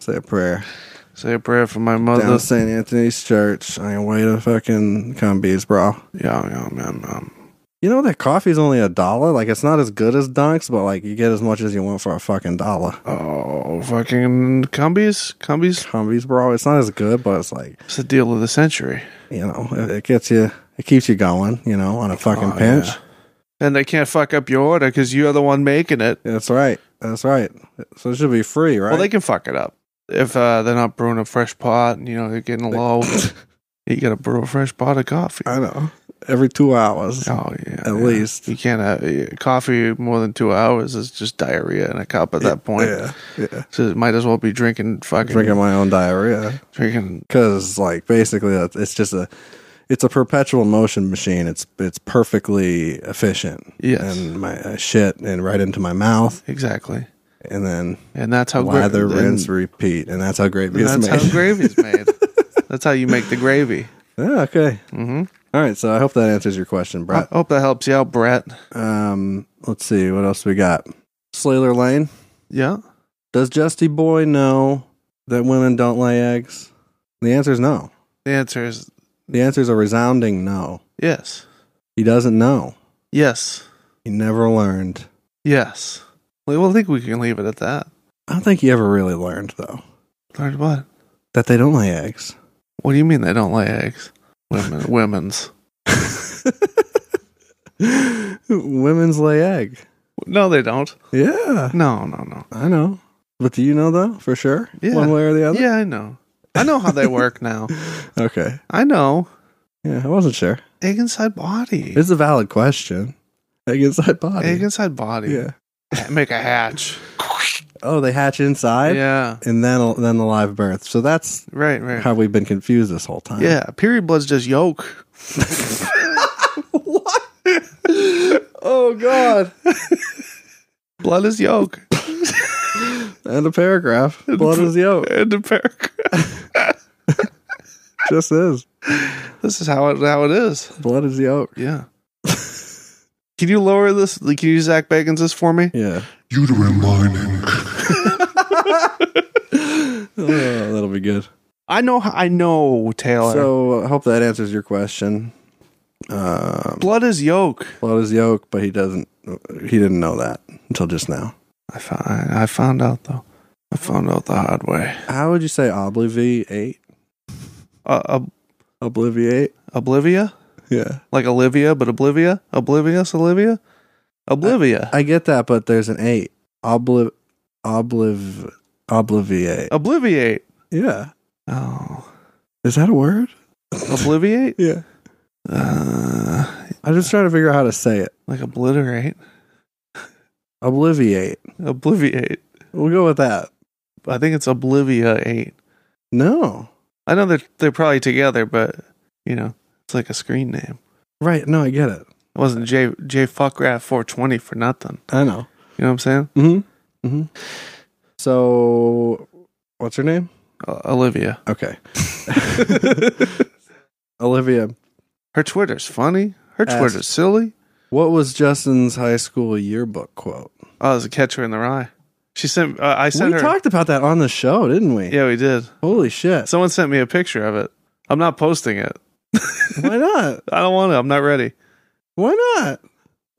[SPEAKER 1] Say a prayer.
[SPEAKER 2] Say a prayer for my mother.
[SPEAKER 1] Down at St. Anthony's Church. I can wait a fucking cumbies, bro.
[SPEAKER 2] Yeah, yeah, man. Um,
[SPEAKER 1] You know that coffee's only a dollar? Like it's not as good as Dunk's, but like you get as much as you want for a fucking dollar.
[SPEAKER 2] oh, fucking cumbies, cumbies.
[SPEAKER 1] Cumbies, bro. It's not as good, but it's like
[SPEAKER 2] It's the deal of the century.
[SPEAKER 1] you know, it, it gets you, it keeps you going, you know, on a fucking
[SPEAKER 2] Oh,
[SPEAKER 1] pinch.
[SPEAKER 2] yeah. And they can't fuck up your order because you're the one making it.
[SPEAKER 1] That's right. That's right. So it should be free, right?
[SPEAKER 2] Well, they can fuck it up if uh, they're not brewing a fresh pot. and You know, they're getting low. you got to brew a fresh pot of coffee.
[SPEAKER 1] I know. Every two hours.
[SPEAKER 2] Oh yeah,
[SPEAKER 1] At
[SPEAKER 2] yeah.
[SPEAKER 1] least.
[SPEAKER 2] you can't have uh, coffee more than two hours. It's just diarrhea in a cup at that point.
[SPEAKER 1] Yeah. Yeah.
[SPEAKER 2] So it might as well be drinking fucking
[SPEAKER 1] Drinking
[SPEAKER 2] drinking.
[SPEAKER 1] my own diarrhea. Cause like basically that's- it's just a, it's a perpetual motion machine. It's, it's perfectly efficient.
[SPEAKER 2] Yes.
[SPEAKER 1] And my I shit and right into my mouth
[SPEAKER 2] exactly,
[SPEAKER 1] and then
[SPEAKER 2] and that's how gra-
[SPEAKER 1] lather,
[SPEAKER 2] and-
[SPEAKER 1] rinse, repeat. And that's how gravy
[SPEAKER 2] and
[SPEAKER 1] is
[SPEAKER 2] that's
[SPEAKER 1] made. [laughs]
[SPEAKER 2] how gravy's made. that's how you make the gravy.
[SPEAKER 1] yeah. Okay.
[SPEAKER 2] hmm
[SPEAKER 1] All right. So I hope that answers your question, Brett.
[SPEAKER 2] I hope that helps you out, Brett.
[SPEAKER 1] Um, let's see what else we got. Slayer Lane.
[SPEAKER 2] Yeah,
[SPEAKER 1] Does Justy Boy know that women don't lay eggs? The answer is no.
[SPEAKER 2] the answer is
[SPEAKER 1] The answer is a resounding no.
[SPEAKER 2] yes,
[SPEAKER 1] He doesn't know.
[SPEAKER 2] yes,
[SPEAKER 1] He never learned.
[SPEAKER 2] yes. Well, I think we can leave it at that.
[SPEAKER 1] I don't think he ever really learned though
[SPEAKER 2] Learned what?
[SPEAKER 1] that they don't lay eggs. [laughs]
[SPEAKER 2] What do you mean they don't lay eggs? Women, women's.
[SPEAKER 1] Women's lay egg.
[SPEAKER 2] No, they don't.
[SPEAKER 1] Yeah,
[SPEAKER 2] No, no, no.
[SPEAKER 1] I know. But do you know though for sure?
[SPEAKER 2] Yeah.
[SPEAKER 1] One way or the other.
[SPEAKER 2] Yeah, I know. I know how they work now.
[SPEAKER 1] Okay.
[SPEAKER 2] I know.
[SPEAKER 1] Yeah, I wasn't sure.
[SPEAKER 2] Egg inside body.
[SPEAKER 1] It's a valid question. Egg inside body.
[SPEAKER 2] Egg inside body.
[SPEAKER 1] yeah.
[SPEAKER 2] Make a hatch.
[SPEAKER 1] Oh, they hatch inside.
[SPEAKER 2] yeah.
[SPEAKER 1] and then then the live birth. So that's
[SPEAKER 2] Right, right.
[SPEAKER 1] how we've been confused this whole time.
[SPEAKER 2] yeah. Period blood's just [laughs] yolk.
[SPEAKER 1] what? oh God!
[SPEAKER 2] Blood is yolk.
[SPEAKER 1] And a [laughs] paragraph. Blood is yolk.
[SPEAKER 2] End of paragraph.
[SPEAKER 1] Just is.
[SPEAKER 2] [laughs] This is how it how it is.
[SPEAKER 1] Blood is yolk.
[SPEAKER 2] [laughs] Yeah. Can you lower this? Like, Can you Zach Bagans this for me?
[SPEAKER 1] Yeah.
[SPEAKER 3] uterine lining.
[SPEAKER 1] [laughs] Oh, that'll be good.
[SPEAKER 2] I know. I know, Taylor.
[SPEAKER 1] So I hope that answers your question. Um,
[SPEAKER 2] blood is yolk.
[SPEAKER 1] blood is yolk, but he doesn't. He didn't know that until just now.
[SPEAKER 2] I found. I, I found out though. I found out the hard way.
[SPEAKER 1] How would you say obliviate?
[SPEAKER 2] Uh, ob-
[SPEAKER 1] Obliviate?
[SPEAKER 2] Oblivia.
[SPEAKER 1] Yeah.
[SPEAKER 2] like Olivia, but Oblivia, Oblivious, Olivia, Uh, Oblivia,
[SPEAKER 1] I get that, but there's an eight. Obliv obliv obliviate.
[SPEAKER 2] Oh. Obliviate.
[SPEAKER 1] Yeah.
[SPEAKER 2] Oh,
[SPEAKER 1] Is that a word?
[SPEAKER 2] Obliviate,
[SPEAKER 1] Yeah.
[SPEAKER 2] uh,
[SPEAKER 1] I'm just trying to figure out how to say it.
[SPEAKER 2] like obliterate,
[SPEAKER 1] Obliviate.
[SPEAKER 2] Obliviate.
[SPEAKER 1] We'll go with that.
[SPEAKER 2] I think it's Oblivia eight.
[SPEAKER 1] No.
[SPEAKER 2] I know they're they're probably together, but you know it's like a screen name.
[SPEAKER 1] Right. No, I get it.
[SPEAKER 2] It wasn't J J Fuckrat four twenty for nothing.
[SPEAKER 1] I know.
[SPEAKER 2] You know what I'm saying?
[SPEAKER 1] Mm-hmm. Mm-hmm. So what's her name?
[SPEAKER 2] O- Olivia.
[SPEAKER 1] Okay. [laughs] Olivia.
[SPEAKER 2] Her Twitter's funny. Her
[SPEAKER 1] Ass.
[SPEAKER 2] Twitter's silly.
[SPEAKER 1] What was Justin's high school yearbook quote?
[SPEAKER 2] Oh, there's a catcher in the rye. She sent. Uh, I sent
[SPEAKER 1] we
[SPEAKER 2] her.
[SPEAKER 1] talked about that on the show, didn't we?
[SPEAKER 2] yeah, we did.
[SPEAKER 1] Holy shit.
[SPEAKER 2] Someone sent me a picture of it. I'm not posting it.
[SPEAKER 1] Why not?
[SPEAKER 2] I don't want to. I'm not ready.
[SPEAKER 1] Why not?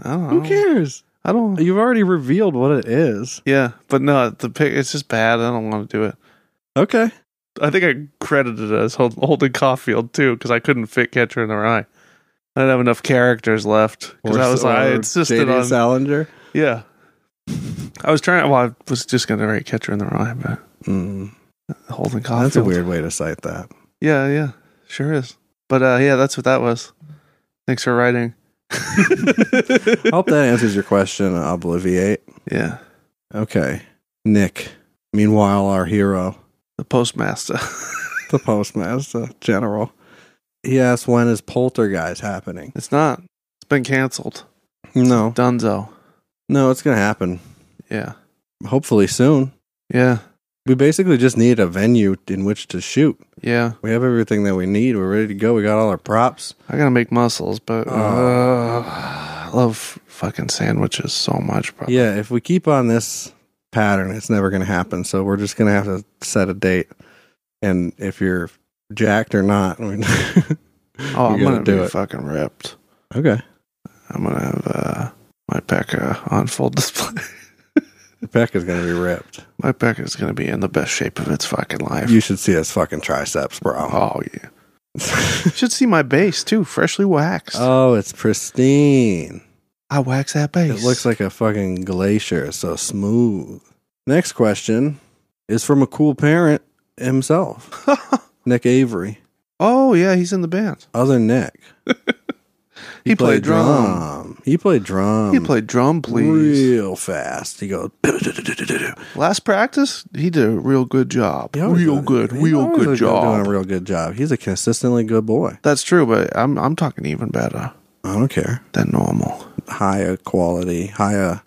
[SPEAKER 2] I don't know.
[SPEAKER 1] Who cares?
[SPEAKER 2] I don't.
[SPEAKER 1] You've already revealed what it is.
[SPEAKER 2] Yeah, but no, the pic. It's just bad. I don't want to do it.
[SPEAKER 1] Okay.
[SPEAKER 2] I think I credited it as Hol- Holden Caulfield too because I couldn't fit Catcher in the Rye. I didn't have enough characters left because I was like, I
[SPEAKER 1] Or
[SPEAKER 2] insisted
[SPEAKER 1] J.D.
[SPEAKER 2] on.
[SPEAKER 1] Salinger.
[SPEAKER 2] Yeah, I was trying. Well, I was just going to write Catcher in the Rye, but
[SPEAKER 1] Mm,
[SPEAKER 2] Holden Caulfield.
[SPEAKER 1] that's a weird way to cite that. [laughs]
[SPEAKER 2] Yeah, yeah, sure is. But uh, yeah, that's what that was. Thanks for writing.
[SPEAKER 1] I hope that answers your question, uh, Obliviate.
[SPEAKER 2] [laughs] Yeah,
[SPEAKER 1] Okay. Nick. Meanwhile, our hero, [laughs]
[SPEAKER 2] the postmaster. [laughs]
[SPEAKER 1] the postmaster general, he asks, when is Poltergeist happening?
[SPEAKER 2] it's not. It's been canceled.
[SPEAKER 1] No.
[SPEAKER 2] Dunzo.
[SPEAKER 1] No, it's going to happen.
[SPEAKER 2] Yeah.
[SPEAKER 1] Hopefully soon.
[SPEAKER 2] Yeah.
[SPEAKER 1] We basically just need a venue in which to shoot.
[SPEAKER 2] Yeah.
[SPEAKER 1] We have everything that we need. We're ready to go. We got all our props.
[SPEAKER 2] I gotta make muscles, but uh,
[SPEAKER 1] Oh.
[SPEAKER 2] I love fucking sandwiches so much, bro.
[SPEAKER 1] Yeah, if we keep on this pattern, it's never going to happen. So we're just going to have to set a date. And if you're jacked or not, [laughs] we-
[SPEAKER 2] oh, I'm
[SPEAKER 1] you gotta
[SPEAKER 2] gonna
[SPEAKER 1] do
[SPEAKER 2] be
[SPEAKER 1] it.
[SPEAKER 2] fucking ripped.
[SPEAKER 1] okay.
[SPEAKER 2] I'm gonna have uh, my pecker on full [laughs] display.
[SPEAKER 1] The peck is going to be ripped.
[SPEAKER 2] my pecker is gonna be in the best shape of its fucking life.
[SPEAKER 1] You should see his fucking triceps, bro.
[SPEAKER 2] oh yeah. You should see my base too, freshly waxed.
[SPEAKER 1] [laughs] oh, it's pristine.
[SPEAKER 2] I wax that base.
[SPEAKER 1] It looks like a fucking glacier. It's so smooth. Next question is from a cool parent himself, Nick Avery.
[SPEAKER 2] [laughs] oh yeah, he's in the band.
[SPEAKER 1] Other Nick.
[SPEAKER 2] [laughs] He, played, drum.
[SPEAKER 1] He played drum.
[SPEAKER 2] He played drum, please.
[SPEAKER 1] real fast. He
[SPEAKER 2] [clears throat]
[SPEAKER 1] goes
[SPEAKER 2] Last practice, he did a real good job.
[SPEAKER 1] He always
[SPEAKER 2] real
[SPEAKER 1] does-
[SPEAKER 2] good,
[SPEAKER 1] he's
[SPEAKER 2] real
[SPEAKER 1] always
[SPEAKER 2] good job.
[SPEAKER 1] Doing a real good job. He's a consistently good boy.
[SPEAKER 2] That's true, but I'm I'm talking even better
[SPEAKER 1] I don't care.
[SPEAKER 2] than normal.
[SPEAKER 1] Higher quality, higher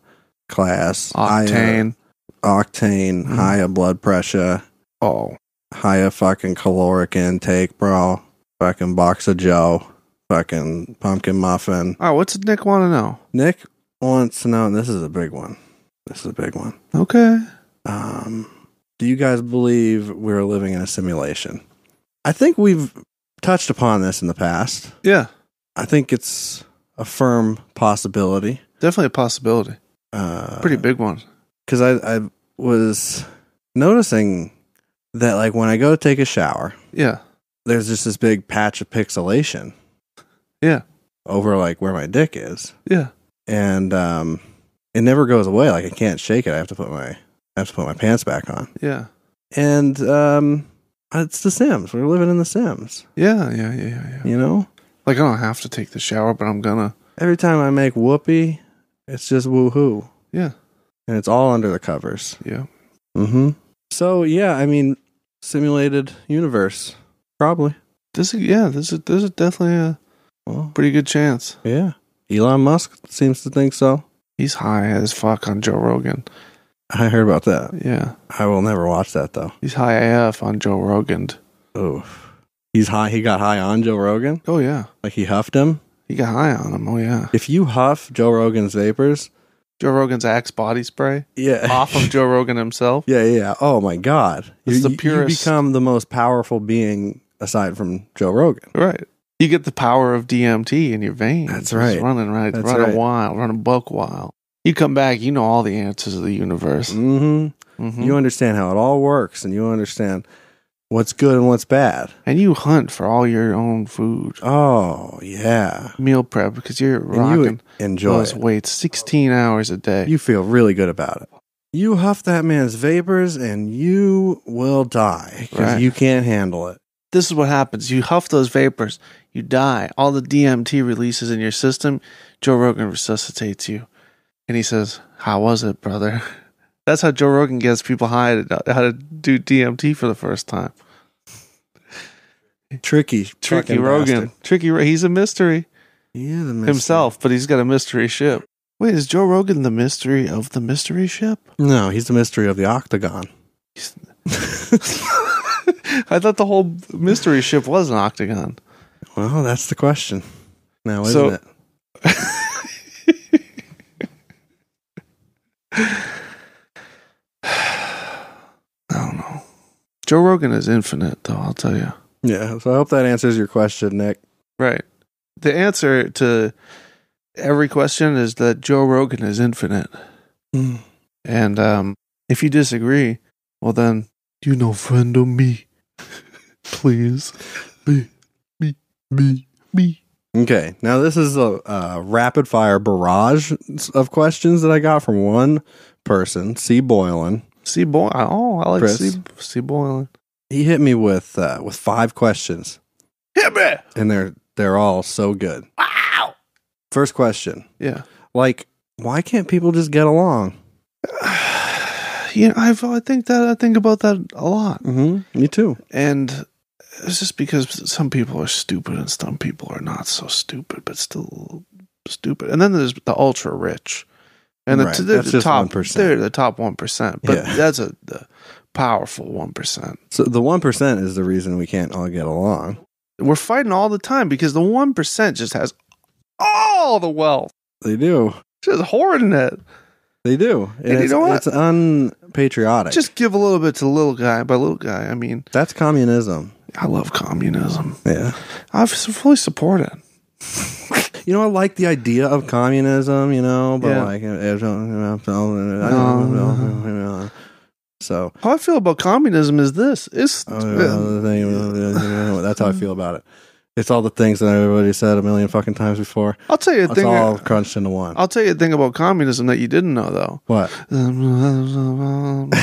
[SPEAKER 1] class, higher
[SPEAKER 2] Octane.
[SPEAKER 1] octane,
[SPEAKER 2] Mhm.
[SPEAKER 1] higher blood pressure,
[SPEAKER 2] Oh,
[SPEAKER 1] higher fucking caloric intake, bro. Fucking box of Joe. Fucking pumpkin muffin.
[SPEAKER 2] all right. Oh, What's Nick want to know?
[SPEAKER 1] Nick wants to know, and this is a big one. This is a big one.
[SPEAKER 2] Okay.
[SPEAKER 1] Um, do you guys believe we're living in a simulation? I think we've touched upon this in the past.
[SPEAKER 2] Yeah,
[SPEAKER 1] I think it's a firm possibility.
[SPEAKER 2] definitely a possibility.
[SPEAKER 1] Uh,
[SPEAKER 2] Pretty big one.
[SPEAKER 1] because I I was noticing that like when I go to take a shower,
[SPEAKER 2] Yeah.
[SPEAKER 1] there's just this big patch of pixelation.
[SPEAKER 2] Yeah.
[SPEAKER 1] Over like where my dick is,
[SPEAKER 2] Yeah.
[SPEAKER 1] and um, it never goes away. Like I can't shake it. I have to put my I have to put my pants back on.
[SPEAKER 2] Yeah.
[SPEAKER 1] and um, it's The Sims. We're living in The Sims.
[SPEAKER 2] Yeah. Yeah. Yeah. Yeah. yeah.
[SPEAKER 1] You know,
[SPEAKER 2] Like I don't have to take the shower, but I'm gonna.
[SPEAKER 1] every time I make whoopee, it's just woohoo,
[SPEAKER 2] Yeah.
[SPEAKER 1] and it's all under the covers.
[SPEAKER 2] Yeah.
[SPEAKER 1] Mm-hmm. So yeah, I mean, simulated universe, probably.
[SPEAKER 2] This is yeah. This is this is definitely a
[SPEAKER 1] Well,
[SPEAKER 2] pretty good chance.
[SPEAKER 1] yeah. Elon Musk seems to think so.
[SPEAKER 2] He's high as fuck on Joe Rogan.
[SPEAKER 1] I heard about that.
[SPEAKER 2] Yeah.
[SPEAKER 1] I will never watch that though.
[SPEAKER 2] He's high AF on Joe Rogan.
[SPEAKER 1] Oh, he's high. He got high on Joe Rogan.
[SPEAKER 2] Oh yeah.
[SPEAKER 1] Like he huffed him.
[SPEAKER 2] He got high on him. Oh yeah.
[SPEAKER 1] If you huff Joe Rogan's vapors,
[SPEAKER 2] Joe Rogan's Axe body spray
[SPEAKER 1] yeah,
[SPEAKER 2] off [laughs] of Joe Rogan himself.
[SPEAKER 1] Yeah, yeah, yeah. Oh my God,
[SPEAKER 2] It's
[SPEAKER 1] you,
[SPEAKER 2] the
[SPEAKER 1] you- you
[SPEAKER 2] purest-
[SPEAKER 1] become the most powerful being aside from Joe Rogan.
[SPEAKER 2] Right. You get the power of DMT in your veins.
[SPEAKER 1] That's
[SPEAKER 2] It's
[SPEAKER 1] right.
[SPEAKER 2] running right,
[SPEAKER 1] That's
[SPEAKER 2] running
[SPEAKER 1] right.
[SPEAKER 2] wild, running buck wild. You come back, you know all the answers of the universe.
[SPEAKER 1] Mm-hmm.
[SPEAKER 2] Mhm.
[SPEAKER 1] You understand how it all works, and you understand what's good and what's bad.
[SPEAKER 2] And you hunt for all your own food,
[SPEAKER 1] Oh yeah,
[SPEAKER 2] meal prep, because you're
[SPEAKER 1] and
[SPEAKER 2] rocking
[SPEAKER 1] you enjoy.
[SPEAKER 2] those
[SPEAKER 1] It.
[SPEAKER 2] weights 16 hours a day.
[SPEAKER 1] You feel really good about it. You huff that man's vapors, and you will die because
[SPEAKER 2] Right.
[SPEAKER 1] you can't handle it.
[SPEAKER 2] this is what happens. You huff those vapors, you die. All the DMT releases in your system. Joe Rogan resuscitates you. And he says, How was it, brother? [laughs] That's how Joe Rogan gets people high to, how to do DMT for the first time.
[SPEAKER 1] Tricky,
[SPEAKER 2] Tricky
[SPEAKER 1] fucking
[SPEAKER 2] Rogan.
[SPEAKER 1] bastard.
[SPEAKER 2] Tricky Ro- He's a mystery
[SPEAKER 1] Yeah, the mystery.
[SPEAKER 2] himself, but he's got a mystery ship. Wait, is Joe Rogan the mystery of the mystery ship?
[SPEAKER 1] No, he's the mystery of the octagon.
[SPEAKER 2] [laughs] I thought the whole mystery ship was an octagon.
[SPEAKER 1] Well, that's the question. Now, isn't
[SPEAKER 2] So-
[SPEAKER 1] it?
[SPEAKER 2] I don't know. Joe Rogan is infinite, though, I'll tell you.
[SPEAKER 1] Yeah. So I hope that answers your question, Nick.
[SPEAKER 2] Right. The answer to every question is that Joe Rogan is infinite. Hmm. And um, if you disagree, well, then you no friend of me. [laughs] Please. Me, me, me, me.
[SPEAKER 1] Okay. Now this is a, a rapid fire barrage of questions that I got from one person, C. Boylan.
[SPEAKER 2] See Boy. Oh, I like
[SPEAKER 1] Chris.
[SPEAKER 2] see see Boylan.
[SPEAKER 1] He hit me with uh, with five questions,
[SPEAKER 2] Hit me.
[SPEAKER 1] and they're they're all so good.
[SPEAKER 2] Wow.
[SPEAKER 1] First question,
[SPEAKER 2] Yeah.
[SPEAKER 1] like, why can't people just get along?
[SPEAKER 2] Yeah, I've, I think that I think about that a lot.
[SPEAKER 1] Mm-hmm. Me too.
[SPEAKER 2] And it's just because some people are stupid and some people are not so stupid, but still stupid. And then there's the ultra rich, and
[SPEAKER 1] Right,
[SPEAKER 2] the, they're
[SPEAKER 1] that's
[SPEAKER 2] the
[SPEAKER 1] just
[SPEAKER 2] top
[SPEAKER 1] 1%.
[SPEAKER 2] they're the top one percent. But
[SPEAKER 1] Yeah.
[SPEAKER 2] that's a the powerful one percent.
[SPEAKER 1] So the one percent is the reason we can't all get along.
[SPEAKER 2] We're fighting all the time because the one percent just has all the wealth,
[SPEAKER 1] They do.
[SPEAKER 2] just hoarding it.
[SPEAKER 1] They do.
[SPEAKER 2] you
[SPEAKER 1] it's,
[SPEAKER 2] know what?
[SPEAKER 1] it's unpatriotic.
[SPEAKER 2] Just give a little bit to little guy. By little guy, I mean
[SPEAKER 1] that's communism.
[SPEAKER 2] I love communism.
[SPEAKER 1] Yeah.
[SPEAKER 2] I fully support it.
[SPEAKER 1] You know, I like the idea of communism, you know, but
[SPEAKER 2] Yeah. Uh-huh.
[SPEAKER 1] like, I don't know. so
[SPEAKER 2] How I feel about communism is this: it's
[SPEAKER 1] Oh,
[SPEAKER 2] um,
[SPEAKER 1] that's how I feel about it. It's all the things that everybody said a million fucking times before.
[SPEAKER 2] I'll tell you a
[SPEAKER 1] It's
[SPEAKER 2] thing.
[SPEAKER 1] all crunched into one.
[SPEAKER 2] I'll tell you a thing about communism that you didn't know, though. [laughs]
[SPEAKER 1] What?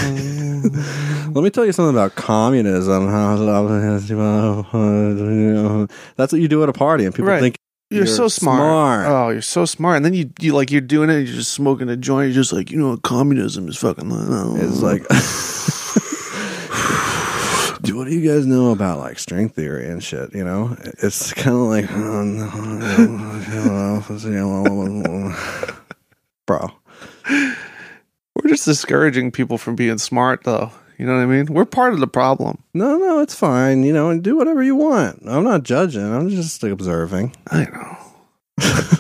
[SPEAKER 1] Let me tell you something about communism. [laughs] That's what you do at a party, and people
[SPEAKER 2] Right.
[SPEAKER 1] think
[SPEAKER 2] you're, so
[SPEAKER 1] You're
[SPEAKER 2] smart.
[SPEAKER 1] smart.
[SPEAKER 2] Oh, you're so smart. And then you, you like you're doing it. You're just smoking a joint. You're just like, you know, what communism is fucking. uh,
[SPEAKER 1] it's like. [laughs] Dude, What do you guys know about like string theory and shit? You know, it's kind of like, [laughs] bro.
[SPEAKER 2] we're just discouraging people from being smart, though. You know what I mean? We're part of the problem.
[SPEAKER 1] No, no, it's fine. You know, and do whatever you want. I'm not judging. I'm just observing. [laughs]
[SPEAKER 2] I know.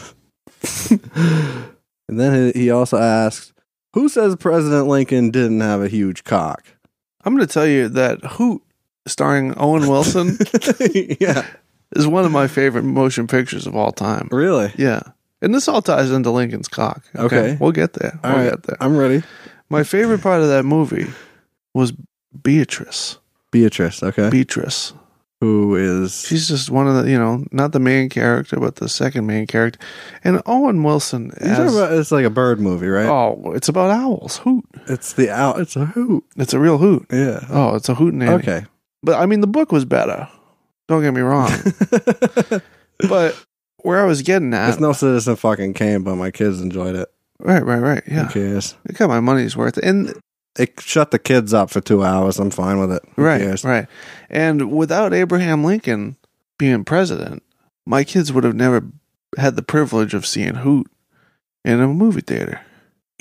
[SPEAKER 1] And then he he also asked, "Who says President Lincoln didn't have a huge
[SPEAKER 2] [laughs]
[SPEAKER 1] cock?" [laughs]
[SPEAKER 2] I'm going to tell you that Hoot, starring
[SPEAKER 1] [laughs]
[SPEAKER 2] Owen Wilson,
[SPEAKER 1] yeah,
[SPEAKER 2] is one of my favorite motion pictures of all time.
[SPEAKER 1] really.
[SPEAKER 2] Yeah. And this all ties into Lincoln's cock.
[SPEAKER 1] Okay.
[SPEAKER 2] We'll get there.
[SPEAKER 1] All
[SPEAKER 2] we'll
[SPEAKER 1] right.
[SPEAKER 2] get there.
[SPEAKER 1] I'm ready.
[SPEAKER 2] My favorite part of that movie was Beatrice.
[SPEAKER 1] Beatrice, okay,
[SPEAKER 2] Beatrice.
[SPEAKER 1] who is
[SPEAKER 2] She's just one of the, you know, not the main character, but the second main character. And Owen Wilson
[SPEAKER 1] You talking
[SPEAKER 2] as-
[SPEAKER 1] about- it's like a bird movie, right?
[SPEAKER 2] oh, it's about owls. Hoot.
[SPEAKER 1] It's the out. It's a hoot.
[SPEAKER 2] It's a real hoot.
[SPEAKER 1] Yeah.
[SPEAKER 2] Oh, it's a hoot name.
[SPEAKER 1] Okay.
[SPEAKER 2] But I mean, the book was better. Don't get
[SPEAKER 1] [laughs]
[SPEAKER 2] me wrong. but where I was getting
[SPEAKER 1] There's
[SPEAKER 2] at.
[SPEAKER 1] no citizen fucking came, but my kids enjoyed it.
[SPEAKER 2] right, right, right. Yeah.
[SPEAKER 1] Who cares?
[SPEAKER 2] I got my money's worth. And
[SPEAKER 1] It shut the kids up for two hours. I'm fine with it. Who
[SPEAKER 2] right,
[SPEAKER 1] cares?
[SPEAKER 2] right. And without Abraham Lincoln being president, my kids would have never had the privilege of seeing Hoot in a movie theater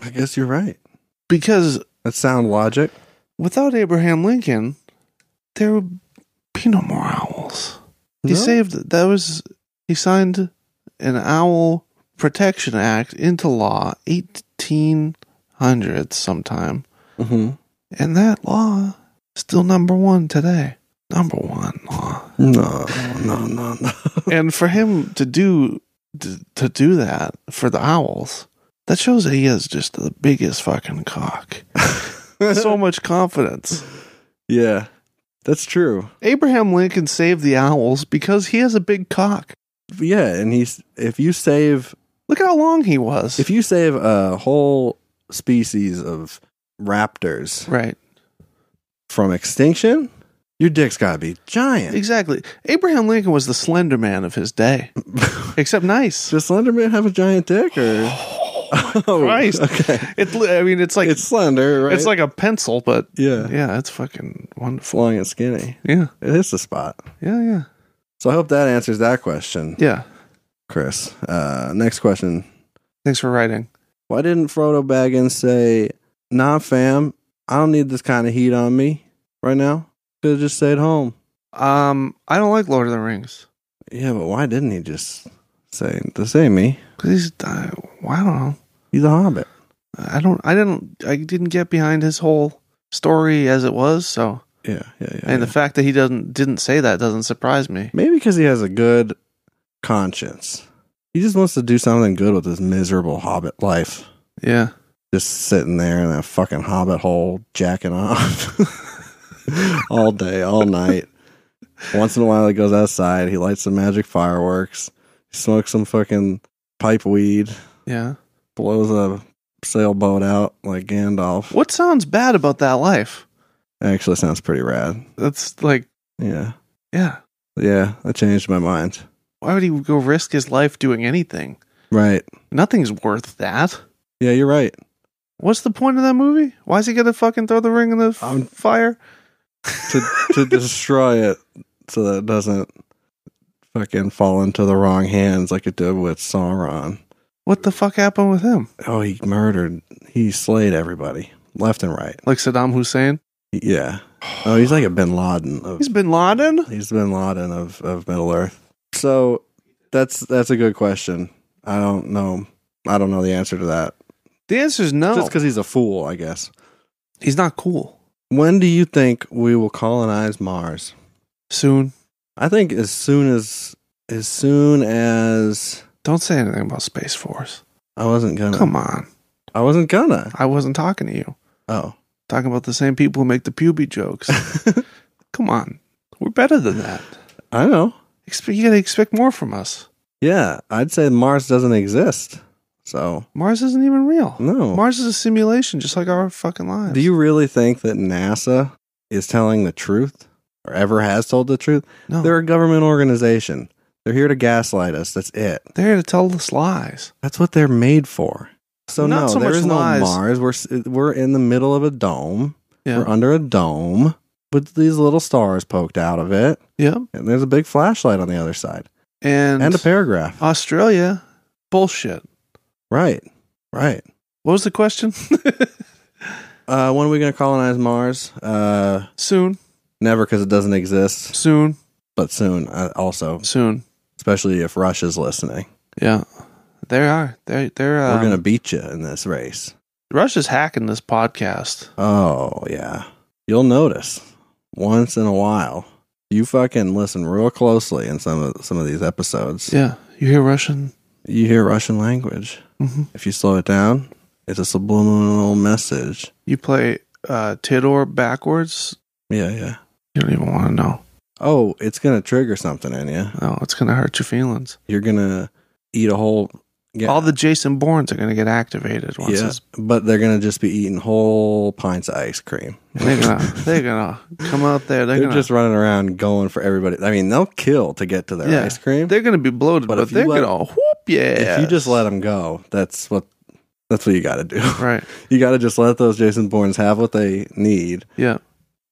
[SPEAKER 1] I guess you're right.
[SPEAKER 2] because
[SPEAKER 1] That's sound logic.
[SPEAKER 2] without Abraham Lincoln, there would be no more owls. He
[SPEAKER 1] No?
[SPEAKER 2] saved that was he signed an Owl Protection Act into law eighteen hundred sometime,
[SPEAKER 1] Mhm.
[SPEAKER 2] and that law is still number one today. Number one law.
[SPEAKER 1] [laughs] No, no, no, no. [laughs]
[SPEAKER 2] and for him to do to, to do that for the owls that shows that he has just the
[SPEAKER 1] [laughs]
[SPEAKER 2] biggest fucking cock so much confidence
[SPEAKER 1] yeah. That's true.
[SPEAKER 2] Abraham Lincoln saved the owls because he has a big cock.
[SPEAKER 1] Yeah, and he's if you save
[SPEAKER 2] Look how long he was.
[SPEAKER 1] if you save a whole species of raptors
[SPEAKER 2] right.
[SPEAKER 1] from extinction, your dick's gotta be giant.
[SPEAKER 2] Exactly. Abraham Lincoln was the slender man of
[SPEAKER 1] [laughs]
[SPEAKER 2] his day. Except [laughs] nice.
[SPEAKER 1] Does Slenderman have a giant dick or? [laughs] Oh,
[SPEAKER 2] Christ.
[SPEAKER 1] Okay.
[SPEAKER 2] It li- I mean it's like
[SPEAKER 1] It's
[SPEAKER 2] it's,
[SPEAKER 1] slender, right?
[SPEAKER 2] like a pencil, but
[SPEAKER 1] yeah,
[SPEAKER 2] yeah, it's fucking wonderful.
[SPEAKER 1] long and skinny.
[SPEAKER 2] Yeah.
[SPEAKER 1] It hits the spot.
[SPEAKER 2] Yeah, yeah.
[SPEAKER 1] So I hope that answers that question,
[SPEAKER 2] Yeah.
[SPEAKER 1] Chris. Uh, next question:
[SPEAKER 2] Thanks for writing.
[SPEAKER 1] Why didn't Frodo Baggins say, "Nah, fam, I don't need this kind of heat on me right now. Could have just stayed home."
[SPEAKER 2] Um, I don't like Lord of the Rings.
[SPEAKER 1] Yeah, but why didn't he just say, "This ain't me.
[SPEAKER 2] Cause he's, uh, well, I don't know.
[SPEAKER 1] He's a hobbit."
[SPEAKER 2] I don't. I didn't. I didn't get behind his whole story as it was. So,
[SPEAKER 1] Yeah, yeah, yeah.
[SPEAKER 2] and
[SPEAKER 1] yeah.
[SPEAKER 2] the fact that he doesn't didn't say that doesn't surprise me.
[SPEAKER 1] Maybe because he has a good conscience. He just wants to do something good with his miserable hobbit life.
[SPEAKER 2] Yeah.
[SPEAKER 1] Just sitting there in that fucking hobbit hole, jacking off [laughs] all day, all night. Once in a while, he goes outside. He lights some magic fireworks, smokes some fucking pipe weed,
[SPEAKER 2] Yeah.
[SPEAKER 1] blows a sailboat out like Gandalf.
[SPEAKER 2] What sounds bad about that life?
[SPEAKER 1] Actually, sounds pretty rad.
[SPEAKER 2] That's like,
[SPEAKER 1] Yeah.
[SPEAKER 2] yeah.
[SPEAKER 1] Yeah, that changed my mind.
[SPEAKER 2] Why would he go risk his life doing anything?
[SPEAKER 1] Right.
[SPEAKER 2] Nothing's worth that.
[SPEAKER 1] Yeah, you're right.
[SPEAKER 2] What's the point of that movie? Why is he gonna fucking throw the ring in the f-
[SPEAKER 1] I'm-
[SPEAKER 2] fire?
[SPEAKER 1] to to destroy it so that it doesn't fucking fall into the wrong hands like it did with Sauron.
[SPEAKER 2] What the fuck happened with him?
[SPEAKER 1] Oh, he murdered. He slayed everybody left and right.
[SPEAKER 2] Like Saddam Hussein?
[SPEAKER 1] Yeah. Oh, he's like a Bin Laden of
[SPEAKER 2] He's Bin Laden.
[SPEAKER 1] he's Bin Laden of of Middle Earth. So that's that's a good question. I don't know. I don't know the answer to that.
[SPEAKER 2] The answer is no.
[SPEAKER 1] Just because he's a fool, I guess.
[SPEAKER 2] he's not cool.
[SPEAKER 1] When do you think we will colonize Mars?
[SPEAKER 2] Soon.
[SPEAKER 1] I think as soon as as soon as
[SPEAKER 2] Don't say anything about Space Force.
[SPEAKER 1] I wasn't gonna.
[SPEAKER 2] Come on.
[SPEAKER 1] I wasn't gonna.
[SPEAKER 2] I wasn't talking to you.
[SPEAKER 1] Oh. [laughs]
[SPEAKER 2] Talking about the same people who make the puby jokes. Come on. We're better than that.
[SPEAKER 1] I know.
[SPEAKER 2] Expe- You gotta expect more from us.
[SPEAKER 1] Yeah, I'd say Mars doesn't exist. So,
[SPEAKER 2] Mars isn't even real.
[SPEAKER 1] no.
[SPEAKER 2] Mars is a simulation, just like our fucking lives.
[SPEAKER 1] Do you really think that NASA is telling the truth or ever has told the truth?
[SPEAKER 2] No.
[SPEAKER 1] They're
[SPEAKER 2] They're,
[SPEAKER 1] a government organization. They're here to gaslight us. That's it.
[SPEAKER 2] they're here to tell us lies.
[SPEAKER 1] That's what they're made for. So
[SPEAKER 2] Not
[SPEAKER 1] no,
[SPEAKER 2] so
[SPEAKER 1] there
[SPEAKER 2] much
[SPEAKER 1] is
[SPEAKER 2] lies.
[SPEAKER 1] no Mars. We're s- we're in the middle of a dome. We're
[SPEAKER 2] Yeah.
[SPEAKER 1] under a dome with these little stars poked out of it,
[SPEAKER 2] Yeah.
[SPEAKER 1] and there's a big flashlight on the other side
[SPEAKER 2] And,
[SPEAKER 1] and a paragraph.
[SPEAKER 2] Australia. Bullshit.
[SPEAKER 1] Right. Right.
[SPEAKER 2] What was the question? [laughs]
[SPEAKER 1] Uh, when are we going to colonize Mars? Uh,
[SPEAKER 2] soon.
[SPEAKER 1] never, because it doesn't exist.
[SPEAKER 2] Soon.
[SPEAKER 1] But soon, uh, also,
[SPEAKER 2] Soon.
[SPEAKER 1] especially if Russia's listening,
[SPEAKER 2] Yeah. They are. They're, they're, um,
[SPEAKER 1] we're going to beat you in this race.
[SPEAKER 2] Russia's hacking this podcast.
[SPEAKER 1] Oh yeah, you'll notice once in a while. You fucking listen real closely in some of some of these episodes.
[SPEAKER 2] Yeah. You hear Russian?
[SPEAKER 1] You hear Russian language.
[SPEAKER 2] hmm
[SPEAKER 1] If you slow it down, it's a subliminal message.
[SPEAKER 2] You play uh, Tidor backwards.
[SPEAKER 1] Yeah, yeah.
[SPEAKER 2] You don't even want to know.
[SPEAKER 1] Oh, it's gonna trigger something in you.
[SPEAKER 2] Oh, it's going to hurt your feelings.
[SPEAKER 1] You're gonna eat a whole. get-
[SPEAKER 2] All the Jason Bournes are going to get activated once.
[SPEAKER 1] Yeah,
[SPEAKER 2] it's-
[SPEAKER 1] but they're gonna just be eating whole pints of ice cream.
[SPEAKER 2] They're gonna, they're gonna come out there. They're,
[SPEAKER 1] They're
[SPEAKER 2] gonna,
[SPEAKER 1] just running around going for everybody. I mean, they'll kill to get to their
[SPEAKER 2] Yeah.
[SPEAKER 1] ice cream.
[SPEAKER 2] they're gonna be bloated,
[SPEAKER 1] But
[SPEAKER 2] but,
[SPEAKER 1] if you
[SPEAKER 2] they're
[SPEAKER 1] let-
[SPEAKER 2] gonna whoop yeah.
[SPEAKER 1] If you just let them go, that's what that's what you got to do.
[SPEAKER 2] right,
[SPEAKER 1] [laughs] You got to just let those Jason Bournes have what they need,
[SPEAKER 2] yeah,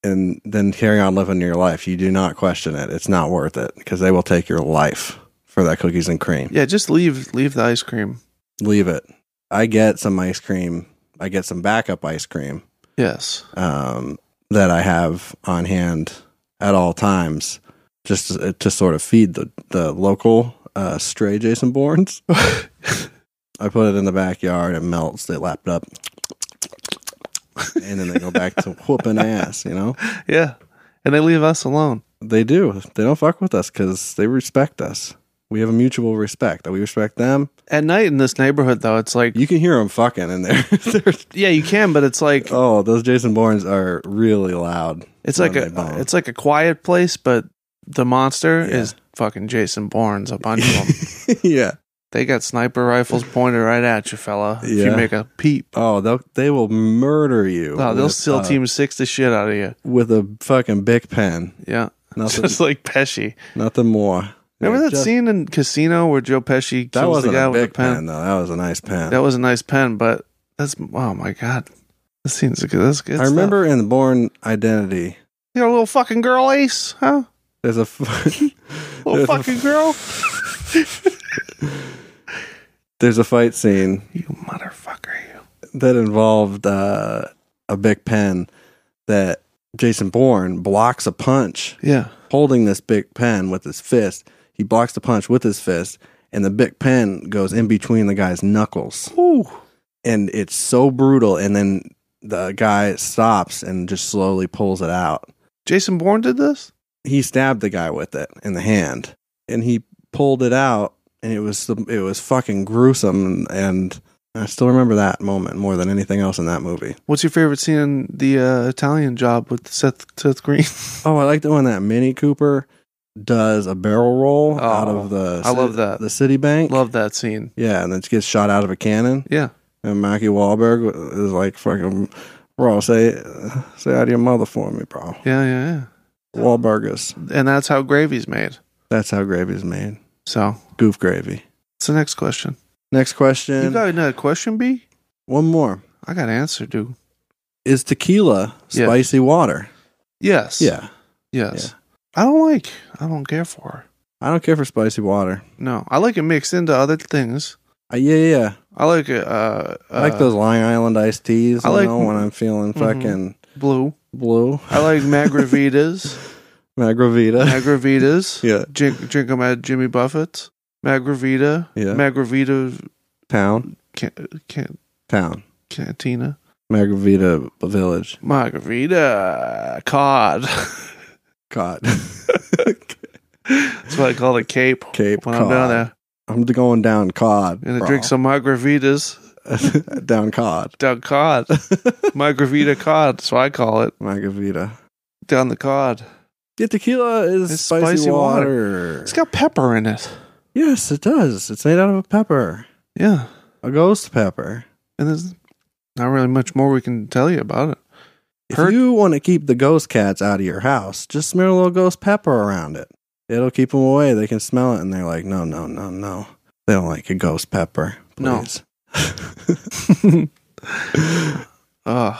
[SPEAKER 1] and then carry on living your life. You do not question it. It's not worth it because they will take your life for that cookies and cream.
[SPEAKER 2] yeah. Just leave, leave the ice cream.
[SPEAKER 1] Leave it. I get some ice cream. I get some backup ice cream.
[SPEAKER 2] Yes,
[SPEAKER 1] um, that I have on hand at all times, just to, to sort of feed the the local uh, stray Jason Bournes. I put it in the backyard. It melts. They lap it up, and then they go back to whooping ass. You know
[SPEAKER 2] yeah, and they leave us alone.
[SPEAKER 1] they do. They don't fuck with us because they respect us. We have a mutual respect that we respect them.
[SPEAKER 2] At night in this neighborhood, though, it's like
[SPEAKER 1] You can hear them fucking in there. [laughs] They're-
[SPEAKER 2] yeah, you can, but it's like
[SPEAKER 1] oh, those Jason Bournes are really loud.
[SPEAKER 2] it's like
[SPEAKER 1] when
[SPEAKER 2] a
[SPEAKER 1] they bone.
[SPEAKER 2] it's like a quiet place, but the monster
[SPEAKER 1] Yeah.
[SPEAKER 2] is fucking Jason Bourne's a bunch of
[SPEAKER 1] [laughs]
[SPEAKER 2] them.
[SPEAKER 1] yeah.
[SPEAKER 2] They got sniper rifles pointed right at you, fella. If you
[SPEAKER 1] Yeah.
[SPEAKER 2] make a peep,
[SPEAKER 1] Oh, they'll they will murder you.
[SPEAKER 2] oh, they'll
[SPEAKER 1] with,
[SPEAKER 2] still
[SPEAKER 1] uh,
[SPEAKER 2] team six the shit out of you.
[SPEAKER 1] with a fucking big pen.
[SPEAKER 2] Yeah,
[SPEAKER 1] Nothing,
[SPEAKER 2] [laughs] just like Pesci.
[SPEAKER 1] [laughs] nothing more.
[SPEAKER 2] Remember
[SPEAKER 1] Yeah,
[SPEAKER 2] that
[SPEAKER 1] just-
[SPEAKER 2] scene in Casino where Joe Pesci
[SPEAKER 1] That
[SPEAKER 2] kills the
[SPEAKER 1] wasn't
[SPEAKER 2] guy
[SPEAKER 1] a
[SPEAKER 2] with a
[SPEAKER 1] big pen.
[SPEAKER 2] pen?
[SPEAKER 1] though. That was a nice pen.
[SPEAKER 2] That was a nice pen, but that's oh my god, that scene's good. That's good.
[SPEAKER 1] I
[SPEAKER 2] stuff.
[SPEAKER 1] remember in Born Identity,
[SPEAKER 2] you're a little fucking girl, Ace, huh?
[SPEAKER 1] there's a f- [laughs]
[SPEAKER 2] Little
[SPEAKER 1] there's a- [laughs]
[SPEAKER 2] fucking girl.
[SPEAKER 1] there's a fight scene
[SPEAKER 2] You motherfucker, you.
[SPEAKER 1] that involved uh, a big pen that Jason Bourne blocks a punch
[SPEAKER 2] Yeah.
[SPEAKER 1] holding this big pen with his fist. He blocks the punch with his fist, and the big pen goes in between the guy's knuckles.
[SPEAKER 2] Ooh.
[SPEAKER 1] and it's so brutal and then the guy stops and just slowly pulls it out
[SPEAKER 2] Jason Bourne did this?
[SPEAKER 1] he stabbed the guy with it in the hand and he pulled it out and it was it was fucking gruesome and i still remember that moment more than anything else in that movie
[SPEAKER 2] What's your favorite scene in the uh, Italian job with Seth Seth
[SPEAKER 1] [laughs]
[SPEAKER 2] Green?
[SPEAKER 1] oh i like the one that mini cooper does a barrel roll
[SPEAKER 2] Oh,
[SPEAKER 1] out of the
[SPEAKER 2] I love that.
[SPEAKER 1] the city bank
[SPEAKER 2] Love that scene.
[SPEAKER 1] yeah and then gets shot out of a cannon
[SPEAKER 2] Yeah.
[SPEAKER 1] and Mackie Wahlberg is like fucking bro say say out of your mother for me bro
[SPEAKER 2] Yeah, yeah,
[SPEAKER 1] Wahlburgers.
[SPEAKER 2] yeah. And that's how gravy's made.
[SPEAKER 1] That's how gravy's made.
[SPEAKER 2] So,
[SPEAKER 1] Goof gravy.
[SPEAKER 2] what's the next question?
[SPEAKER 1] Next
[SPEAKER 2] You
[SPEAKER 1] question.
[SPEAKER 2] got another question, B?
[SPEAKER 1] One more.
[SPEAKER 2] I got an answer, dude.
[SPEAKER 1] Is tequila
[SPEAKER 2] Yeah.
[SPEAKER 1] spicy water?
[SPEAKER 2] Yes.
[SPEAKER 1] Yeah.
[SPEAKER 2] Yes. I don't like. I don't care for.
[SPEAKER 1] I don't care for spicy water.
[SPEAKER 2] No, I like it mixed into other things.
[SPEAKER 1] Uh, yeah, yeah, yeah.
[SPEAKER 2] I like it. Uh,
[SPEAKER 1] I like
[SPEAKER 2] uh,
[SPEAKER 1] those Long Island iced teas.
[SPEAKER 2] I
[SPEAKER 1] I
[SPEAKER 2] like-
[SPEAKER 1] know when I'm feeling
[SPEAKER 2] Mhm.
[SPEAKER 1] fucking
[SPEAKER 2] blue.
[SPEAKER 1] blue.
[SPEAKER 2] I like Magravitas.
[SPEAKER 1] [laughs] Magravita.
[SPEAKER 2] Magravitas.
[SPEAKER 1] [laughs] yeah.
[SPEAKER 2] Drink, drink them at Jimmy Buffett's. Magravita.
[SPEAKER 1] Yeah.
[SPEAKER 2] Magravita
[SPEAKER 1] Town.
[SPEAKER 2] can, can,
[SPEAKER 1] Town.
[SPEAKER 2] cantina.
[SPEAKER 1] Magravita Village.
[SPEAKER 2] Margarita cod.
[SPEAKER 1] Cod. [laughs]
[SPEAKER 2] [laughs] That's what I call the Cape.
[SPEAKER 1] Cape
[SPEAKER 2] when
[SPEAKER 1] cod.
[SPEAKER 2] I'm down there.
[SPEAKER 1] I'm going down cod.
[SPEAKER 2] Gonna
[SPEAKER 1] bro.
[SPEAKER 2] drink some margaritas
[SPEAKER 1] [laughs] down
[SPEAKER 2] [laughs]
[SPEAKER 1] cod.
[SPEAKER 2] down cod. Margarita cod, that's what I call it.
[SPEAKER 1] Magravita.
[SPEAKER 2] Down the cod.
[SPEAKER 1] Yeah, tequila is
[SPEAKER 2] It's
[SPEAKER 1] spicy,
[SPEAKER 2] spicy water.
[SPEAKER 1] water.
[SPEAKER 2] It's got pepper in it.
[SPEAKER 1] yes, it does. It's made out of a pepper,
[SPEAKER 2] Yeah.
[SPEAKER 1] a ghost pepper.
[SPEAKER 2] And there's not really much more we can tell you about it.
[SPEAKER 1] If
[SPEAKER 2] Heard-
[SPEAKER 1] you want to keep the ghost cats out of your house, just smear a little ghost pepper around it. It'll keep them away. They can smell it, and they're like, "No, no, no, no." They don't like a ghost pepper.
[SPEAKER 2] No.
[SPEAKER 1] Please.
[SPEAKER 2] Uh,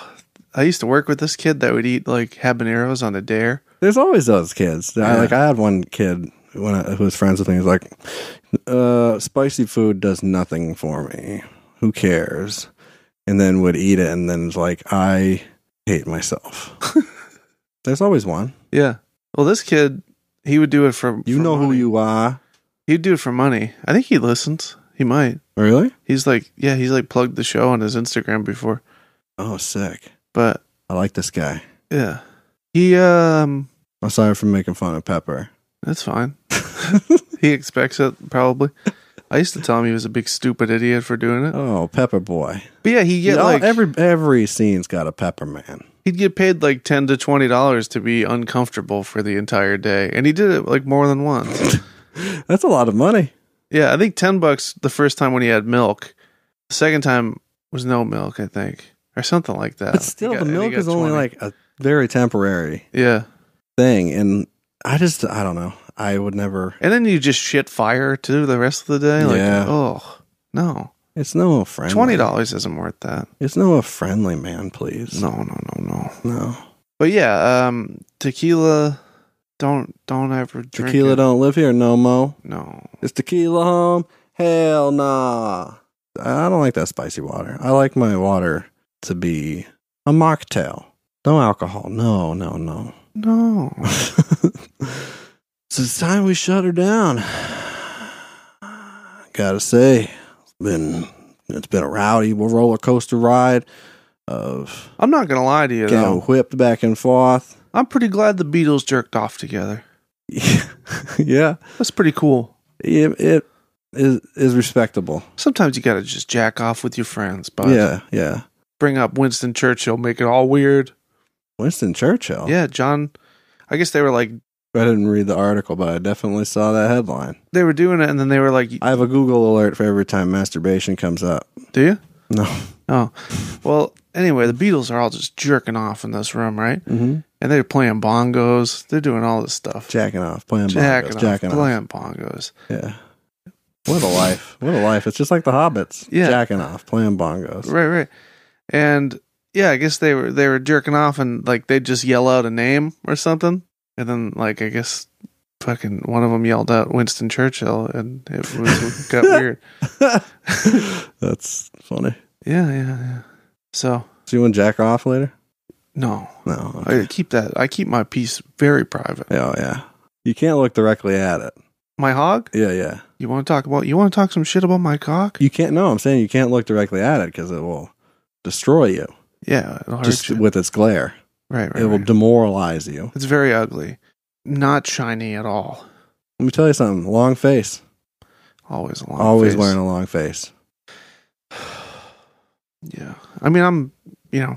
[SPEAKER 2] I used to work with this kid that would eat like habaneros on a dare.
[SPEAKER 1] There's always those kids. I,
[SPEAKER 2] Yeah.
[SPEAKER 1] like I had one kid when I, who was friends with me. He's like, uh, "Spicy food does nothing for me. Who cares?" And then would eat it, and then is like, "I hate
[SPEAKER 2] [laughs]
[SPEAKER 1] myself." There's always one.
[SPEAKER 2] Yeah. Well, this kid, he would do it for.
[SPEAKER 1] You
[SPEAKER 2] for
[SPEAKER 1] know who
[SPEAKER 2] money.
[SPEAKER 1] you are.
[SPEAKER 2] He'd do it for money. I think he listens. He might.
[SPEAKER 1] Really?
[SPEAKER 2] He's like, yeah, he's like plugged the show on his Instagram before.
[SPEAKER 1] Oh, sick.
[SPEAKER 2] But
[SPEAKER 1] I like this guy.
[SPEAKER 2] yeah, he um,
[SPEAKER 1] I'm sorry for making fun of
[SPEAKER 2] [laughs]
[SPEAKER 1] Pepper.
[SPEAKER 2] that's fine. he expects it probably. I used to tell him he was a big stupid idiot for doing it.
[SPEAKER 1] Oh, Pepper boy.
[SPEAKER 2] But yeah, he get
[SPEAKER 1] You know,
[SPEAKER 2] like
[SPEAKER 1] every every scene's got a Pepper man.
[SPEAKER 2] he'd get paid like ten to twenty dollars to be uncomfortable for the entire day, and he did it like more
[SPEAKER 1] [laughs]
[SPEAKER 2] than once.
[SPEAKER 1] That's a lot of money.
[SPEAKER 2] yeah, I think ten bucks the first time when he had milk. The second time was no milk, I think, or something like that.
[SPEAKER 1] But still,
[SPEAKER 2] He got-
[SPEAKER 1] the
[SPEAKER 2] and he
[SPEAKER 1] milk
[SPEAKER 2] got
[SPEAKER 1] is only
[SPEAKER 2] 20.
[SPEAKER 1] like a very temporary
[SPEAKER 2] yeah.
[SPEAKER 1] thing, and I just I don't know. I would never.
[SPEAKER 2] And then you just shit fire to the rest of the day. Like,
[SPEAKER 1] Yeah.
[SPEAKER 2] oh, no.
[SPEAKER 1] It's no friendly.
[SPEAKER 2] $20 isn't worth that.
[SPEAKER 1] It's no a friendly man, please.
[SPEAKER 2] No, no, no, no.
[SPEAKER 1] no.
[SPEAKER 2] But yeah, um, tequila, don't, don't ever drink.
[SPEAKER 1] Tequila
[SPEAKER 2] it.
[SPEAKER 1] don't live here no mo.
[SPEAKER 2] No.
[SPEAKER 1] Is tequila home? Hell nah. I don't like that spicy water. I like my water to be a mocktail. No alcohol. No, no, no.
[SPEAKER 2] No.
[SPEAKER 1] so it's time we shut her down. Gotta say, it's been it's been a rowdy roller coaster ride of
[SPEAKER 2] I'm not going to lie to you,
[SPEAKER 1] getting
[SPEAKER 2] though.
[SPEAKER 1] whipped back and forth. [laughs]
[SPEAKER 2] I'm pretty glad the Beatles jerked off together.
[SPEAKER 1] yeah.
[SPEAKER 2] That's pretty cool.
[SPEAKER 1] it, it is is respectable.
[SPEAKER 2] Sometimes you got to just jack off with your friends, but
[SPEAKER 1] yeah, yeah.
[SPEAKER 2] bring up Winston Churchill, make it all weird.
[SPEAKER 1] Winston Churchill.
[SPEAKER 2] Yeah, John. I guess they were like
[SPEAKER 1] I didn't read the article, but I definitely saw that headline.
[SPEAKER 2] they were doing it, and then they were like,
[SPEAKER 1] I have a Google alert for every time masturbation comes up.
[SPEAKER 2] "Do you?"
[SPEAKER 1] No.
[SPEAKER 2] Oh, well. Anyway, the Beatles are all just jerking off in this room, right?
[SPEAKER 1] Mm-hmm.
[SPEAKER 2] And they're playing bongos. They're doing all this stuff,
[SPEAKER 1] Jacking off, playing
[SPEAKER 2] jacking,
[SPEAKER 1] bongos,
[SPEAKER 2] off,
[SPEAKER 1] jacking off.
[SPEAKER 2] playing bongos.
[SPEAKER 1] Yeah. What a life. What a life. It's just like the hobbits.
[SPEAKER 2] Yeah.
[SPEAKER 1] Jacking off, playing bongos.
[SPEAKER 2] Right, right. And yeah, I guess they were they were jerking off and like they just yell out a name or something. And then like I guess fucking one of them yelled out Winston Churchill and it was
[SPEAKER 1] [laughs]
[SPEAKER 2] got weird.
[SPEAKER 1] That's funny.
[SPEAKER 2] Yeah, yeah, yeah. So,
[SPEAKER 1] So you want to jack off later?
[SPEAKER 2] no.
[SPEAKER 1] No. okay.
[SPEAKER 2] I keep that I keep my piece very private.
[SPEAKER 1] Oh, yeah. You can't look directly at it.
[SPEAKER 2] My hog?
[SPEAKER 1] Yeah, yeah.
[SPEAKER 2] You want to talk about You want to talk some shit about my cock?
[SPEAKER 1] You can't, no, I'm saying you can't look directly at it because it will destroy you
[SPEAKER 2] Yeah, it'll hurt
[SPEAKER 1] just
[SPEAKER 2] you.
[SPEAKER 1] with its glare.
[SPEAKER 2] right, right.
[SPEAKER 1] it will
[SPEAKER 2] right.
[SPEAKER 1] demoralize you.
[SPEAKER 2] it's very ugly. Not shiny at all.
[SPEAKER 1] Let me tell you something long face.
[SPEAKER 2] Always a long
[SPEAKER 1] Always
[SPEAKER 2] face.
[SPEAKER 1] wearing a long face.
[SPEAKER 2] [sighs] Yeah. I mean, I'm, you know,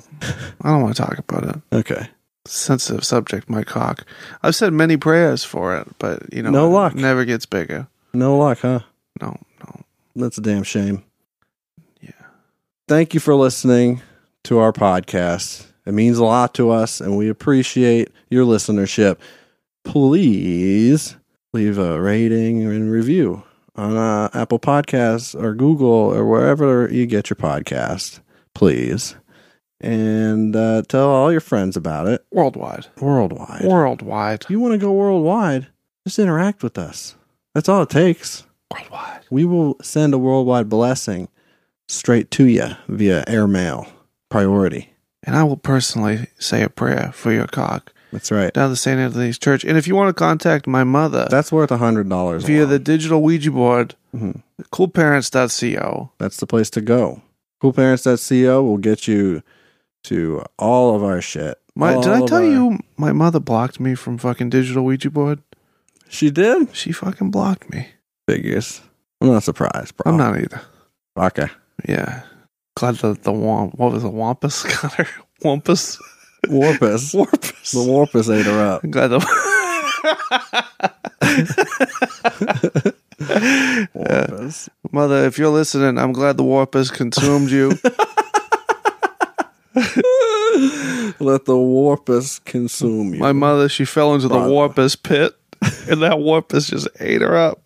[SPEAKER 2] I don't want to talk about it.
[SPEAKER 1] Okay.
[SPEAKER 2] Sensitive subject, my cock. I've said many prayers for it, but, you know,
[SPEAKER 1] No
[SPEAKER 2] it
[SPEAKER 1] luck.
[SPEAKER 2] never gets bigger.
[SPEAKER 1] No luck, huh?
[SPEAKER 2] No, no.
[SPEAKER 1] That's a damn shame.
[SPEAKER 2] Yeah.
[SPEAKER 1] Thank you for listening to our podcast. It means a lot to us, and we appreciate your listenership. Please leave a rating and review on uh, Apple Podcasts or Google or wherever you get your podcast. Please. And uh, tell all your friends about it
[SPEAKER 2] Worldwide.
[SPEAKER 1] worldwide.
[SPEAKER 2] Worldwide.
[SPEAKER 1] if you want to go worldwide, just interact with us. That's all it takes.
[SPEAKER 2] Worldwide.
[SPEAKER 1] We will send a worldwide blessing straight to you via airmail priority.
[SPEAKER 2] And I will personally say a prayer for your cock
[SPEAKER 1] That's right.
[SPEAKER 2] down the St. Anthony's Church. And if you want to contact my mother
[SPEAKER 1] That's worth a hundred dollars.
[SPEAKER 2] via the digital Ouija board,
[SPEAKER 1] Mhm.
[SPEAKER 2] coolparents.co.
[SPEAKER 1] that's the place to go. Coolparents.co will get you to all of our shit.
[SPEAKER 2] My, did I
[SPEAKER 1] All of
[SPEAKER 2] tell
[SPEAKER 1] our-
[SPEAKER 2] you my mother blocked me from fucking digital Ouija board?
[SPEAKER 1] she did?
[SPEAKER 2] She fucking blocked me.
[SPEAKER 1] Figures. I'm not surprised, bro.
[SPEAKER 2] I'm not either.
[SPEAKER 1] Okay.
[SPEAKER 2] Yeah. Glad the, the wamp, what was it, Wampus [laughs] got her? Wampus? [laughs]
[SPEAKER 1] Warpus.
[SPEAKER 2] Warpus.
[SPEAKER 1] the Warpus ate her up.
[SPEAKER 2] I'm glad the. [laughs] Yeah.
[SPEAKER 1] Warpus. [laughs]
[SPEAKER 2] Mother, if you're listening, I'm glad the Warpus consumed you.
[SPEAKER 1] Let the Warpus consume you.
[SPEAKER 2] My mother, she fell into the
[SPEAKER 1] Mother.
[SPEAKER 2] Warpus pit, [laughs] and that Warpus just ate her up.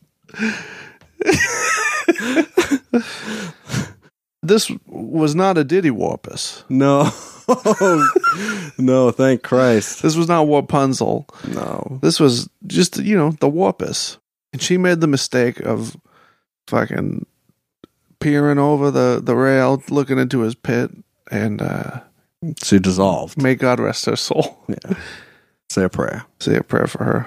[SPEAKER 2] [laughs] this was not a Diddy Warpus.
[SPEAKER 1] No. [laughs] no, thank Christ.
[SPEAKER 2] This was not Warpunzel.
[SPEAKER 1] No.
[SPEAKER 2] This was just, you know, the Warpus. And she made the mistake of fucking peering over the, the rail, looking into his pit, and uh,
[SPEAKER 1] She dissolved.
[SPEAKER 2] may God rest her soul. [laughs]
[SPEAKER 1] Say a prayer.
[SPEAKER 2] Say a prayer for her.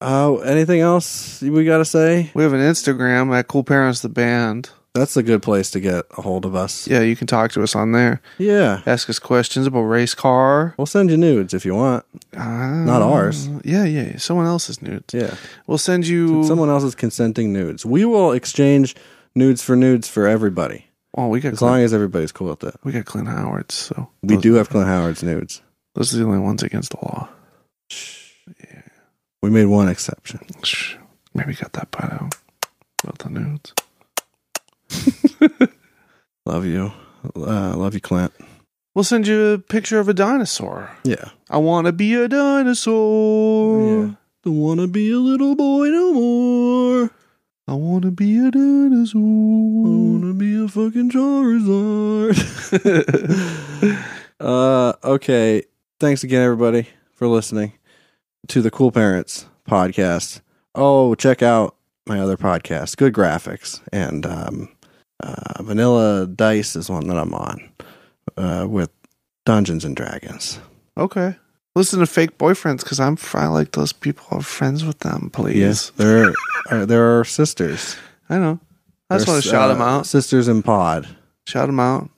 [SPEAKER 1] Oh, anything else we got to say?
[SPEAKER 2] We have an Instagram at Cool Parents the Band.
[SPEAKER 1] That's a good place to get a hold of us.
[SPEAKER 2] Yeah, you can talk to us on there.
[SPEAKER 1] Yeah.
[SPEAKER 2] Ask us questions about race car.
[SPEAKER 1] We'll send you nudes if you want.
[SPEAKER 2] Uh,
[SPEAKER 1] Not ours.
[SPEAKER 2] Yeah, yeah. Someone else's nudes.
[SPEAKER 1] Yeah.
[SPEAKER 2] We'll send you.
[SPEAKER 1] Someone else's consenting nudes. We will exchange nudes for nudes for everybody.
[SPEAKER 2] oh, we got
[SPEAKER 1] As
[SPEAKER 2] Clint,
[SPEAKER 1] long as everybody's cool with that.
[SPEAKER 2] we got Clint Howard. So
[SPEAKER 1] We
[SPEAKER 2] those,
[SPEAKER 1] do have Clint Howard's nudes.
[SPEAKER 2] Those are the only ones against the law.
[SPEAKER 1] We made one exception.
[SPEAKER 2] Shh. Maybe cut that part out. About
[SPEAKER 1] [laughs]
[SPEAKER 2] the nudes.
[SPEAKER 1] Love you. Uh, love you, Clint.
[SPEAKER 2] We'll send you a picture of a dinosaur.
[SPEAKER 1] Yeah.
[SPEAKER 2] I want to be a dinosaur.
[SPEAKER 1] Don't want to be a little boy no more.
[SPEAKER 2] I want to be a dinosaur.
[SPEAKER 1] wanna be a fucking Charizard. [laughs] uh, okay. Thanks again, everybody, for listening to the Cool Parents podcast. Oh, check out my other podcast, Good Graphics, and um, uh, Vanilla Dice is one that I'm on uh, with Dungeons and Dragons.
[SPEAKER 2] Okay. Listen to fake boyfriends because I'm I like those people. I'm friends with them, please.
[SPEAKER 1] Yes, there are there are sisters.
[SPEAKER 2] I know. I just
[SPEAKER 1] They're
[SPEAKER 2] want
[SPEAKER 1] s-
[SPEAKER 2] to shout
[SPEAKER 1] uh,
[SPEAKER 2] them out.
[SPEAKER 1] Sisters in Pod.
[SPEAKER 2] Shout them out.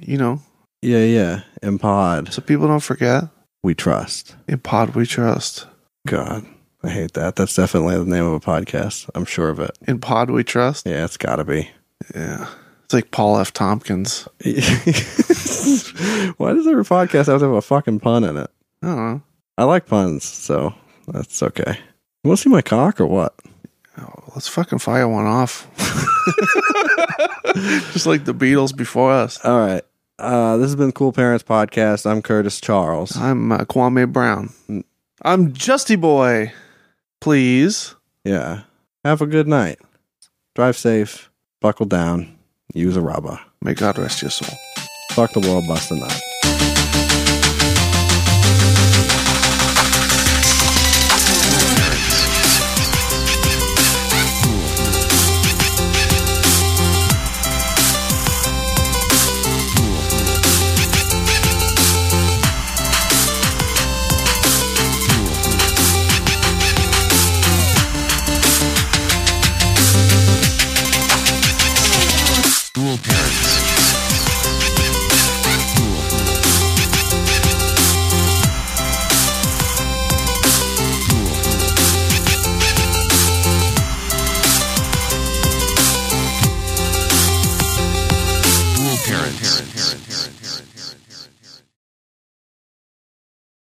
[SPEAKER 2] You know,
[SPEAKER 1] Yeah, yeah, in Pod.
[SPEAKER 2] so people don't forget.
[SPEAKER 1] We trust.
[SPEAKER 2] In Pod, we trust.
[SPEAKER 1] God, I hate that. That's definitely the name of a podcast. I'm sure of it.
[SPEAKER 2] In Pod We Trust.
[SPEAKER 1] Yeah, it's got to be. [laughs]
[SPEAKER 2] Yeah. It's like Paul F. Tompkins.
[SPEAKER 1] Why does every podcast have to have a fucking pun in it?
[SPEAKER 2] I don't know.
[SPEAKER 1] I like puns, so that's okay. You want to see my cock or what?
[SPEAKER 2] Oh, let's fucking fire one off. [laughs] Just like the Beatles before us.
[SPEAKER 1] All right. Uh, this has been Cool Parents Podcast. I'm Curtis Charles.
[SPEAKER 2] I'm uh, Kwame Brown. I'm Justy Boy. Please.
[SPEAKER 1] Yeah. Have a good night. Drive safe. Buckle down. Use a rubber.
[SPEAKER 2] May God rest your soul.
[SPEAKER 1] Fuck the world, bust a nut.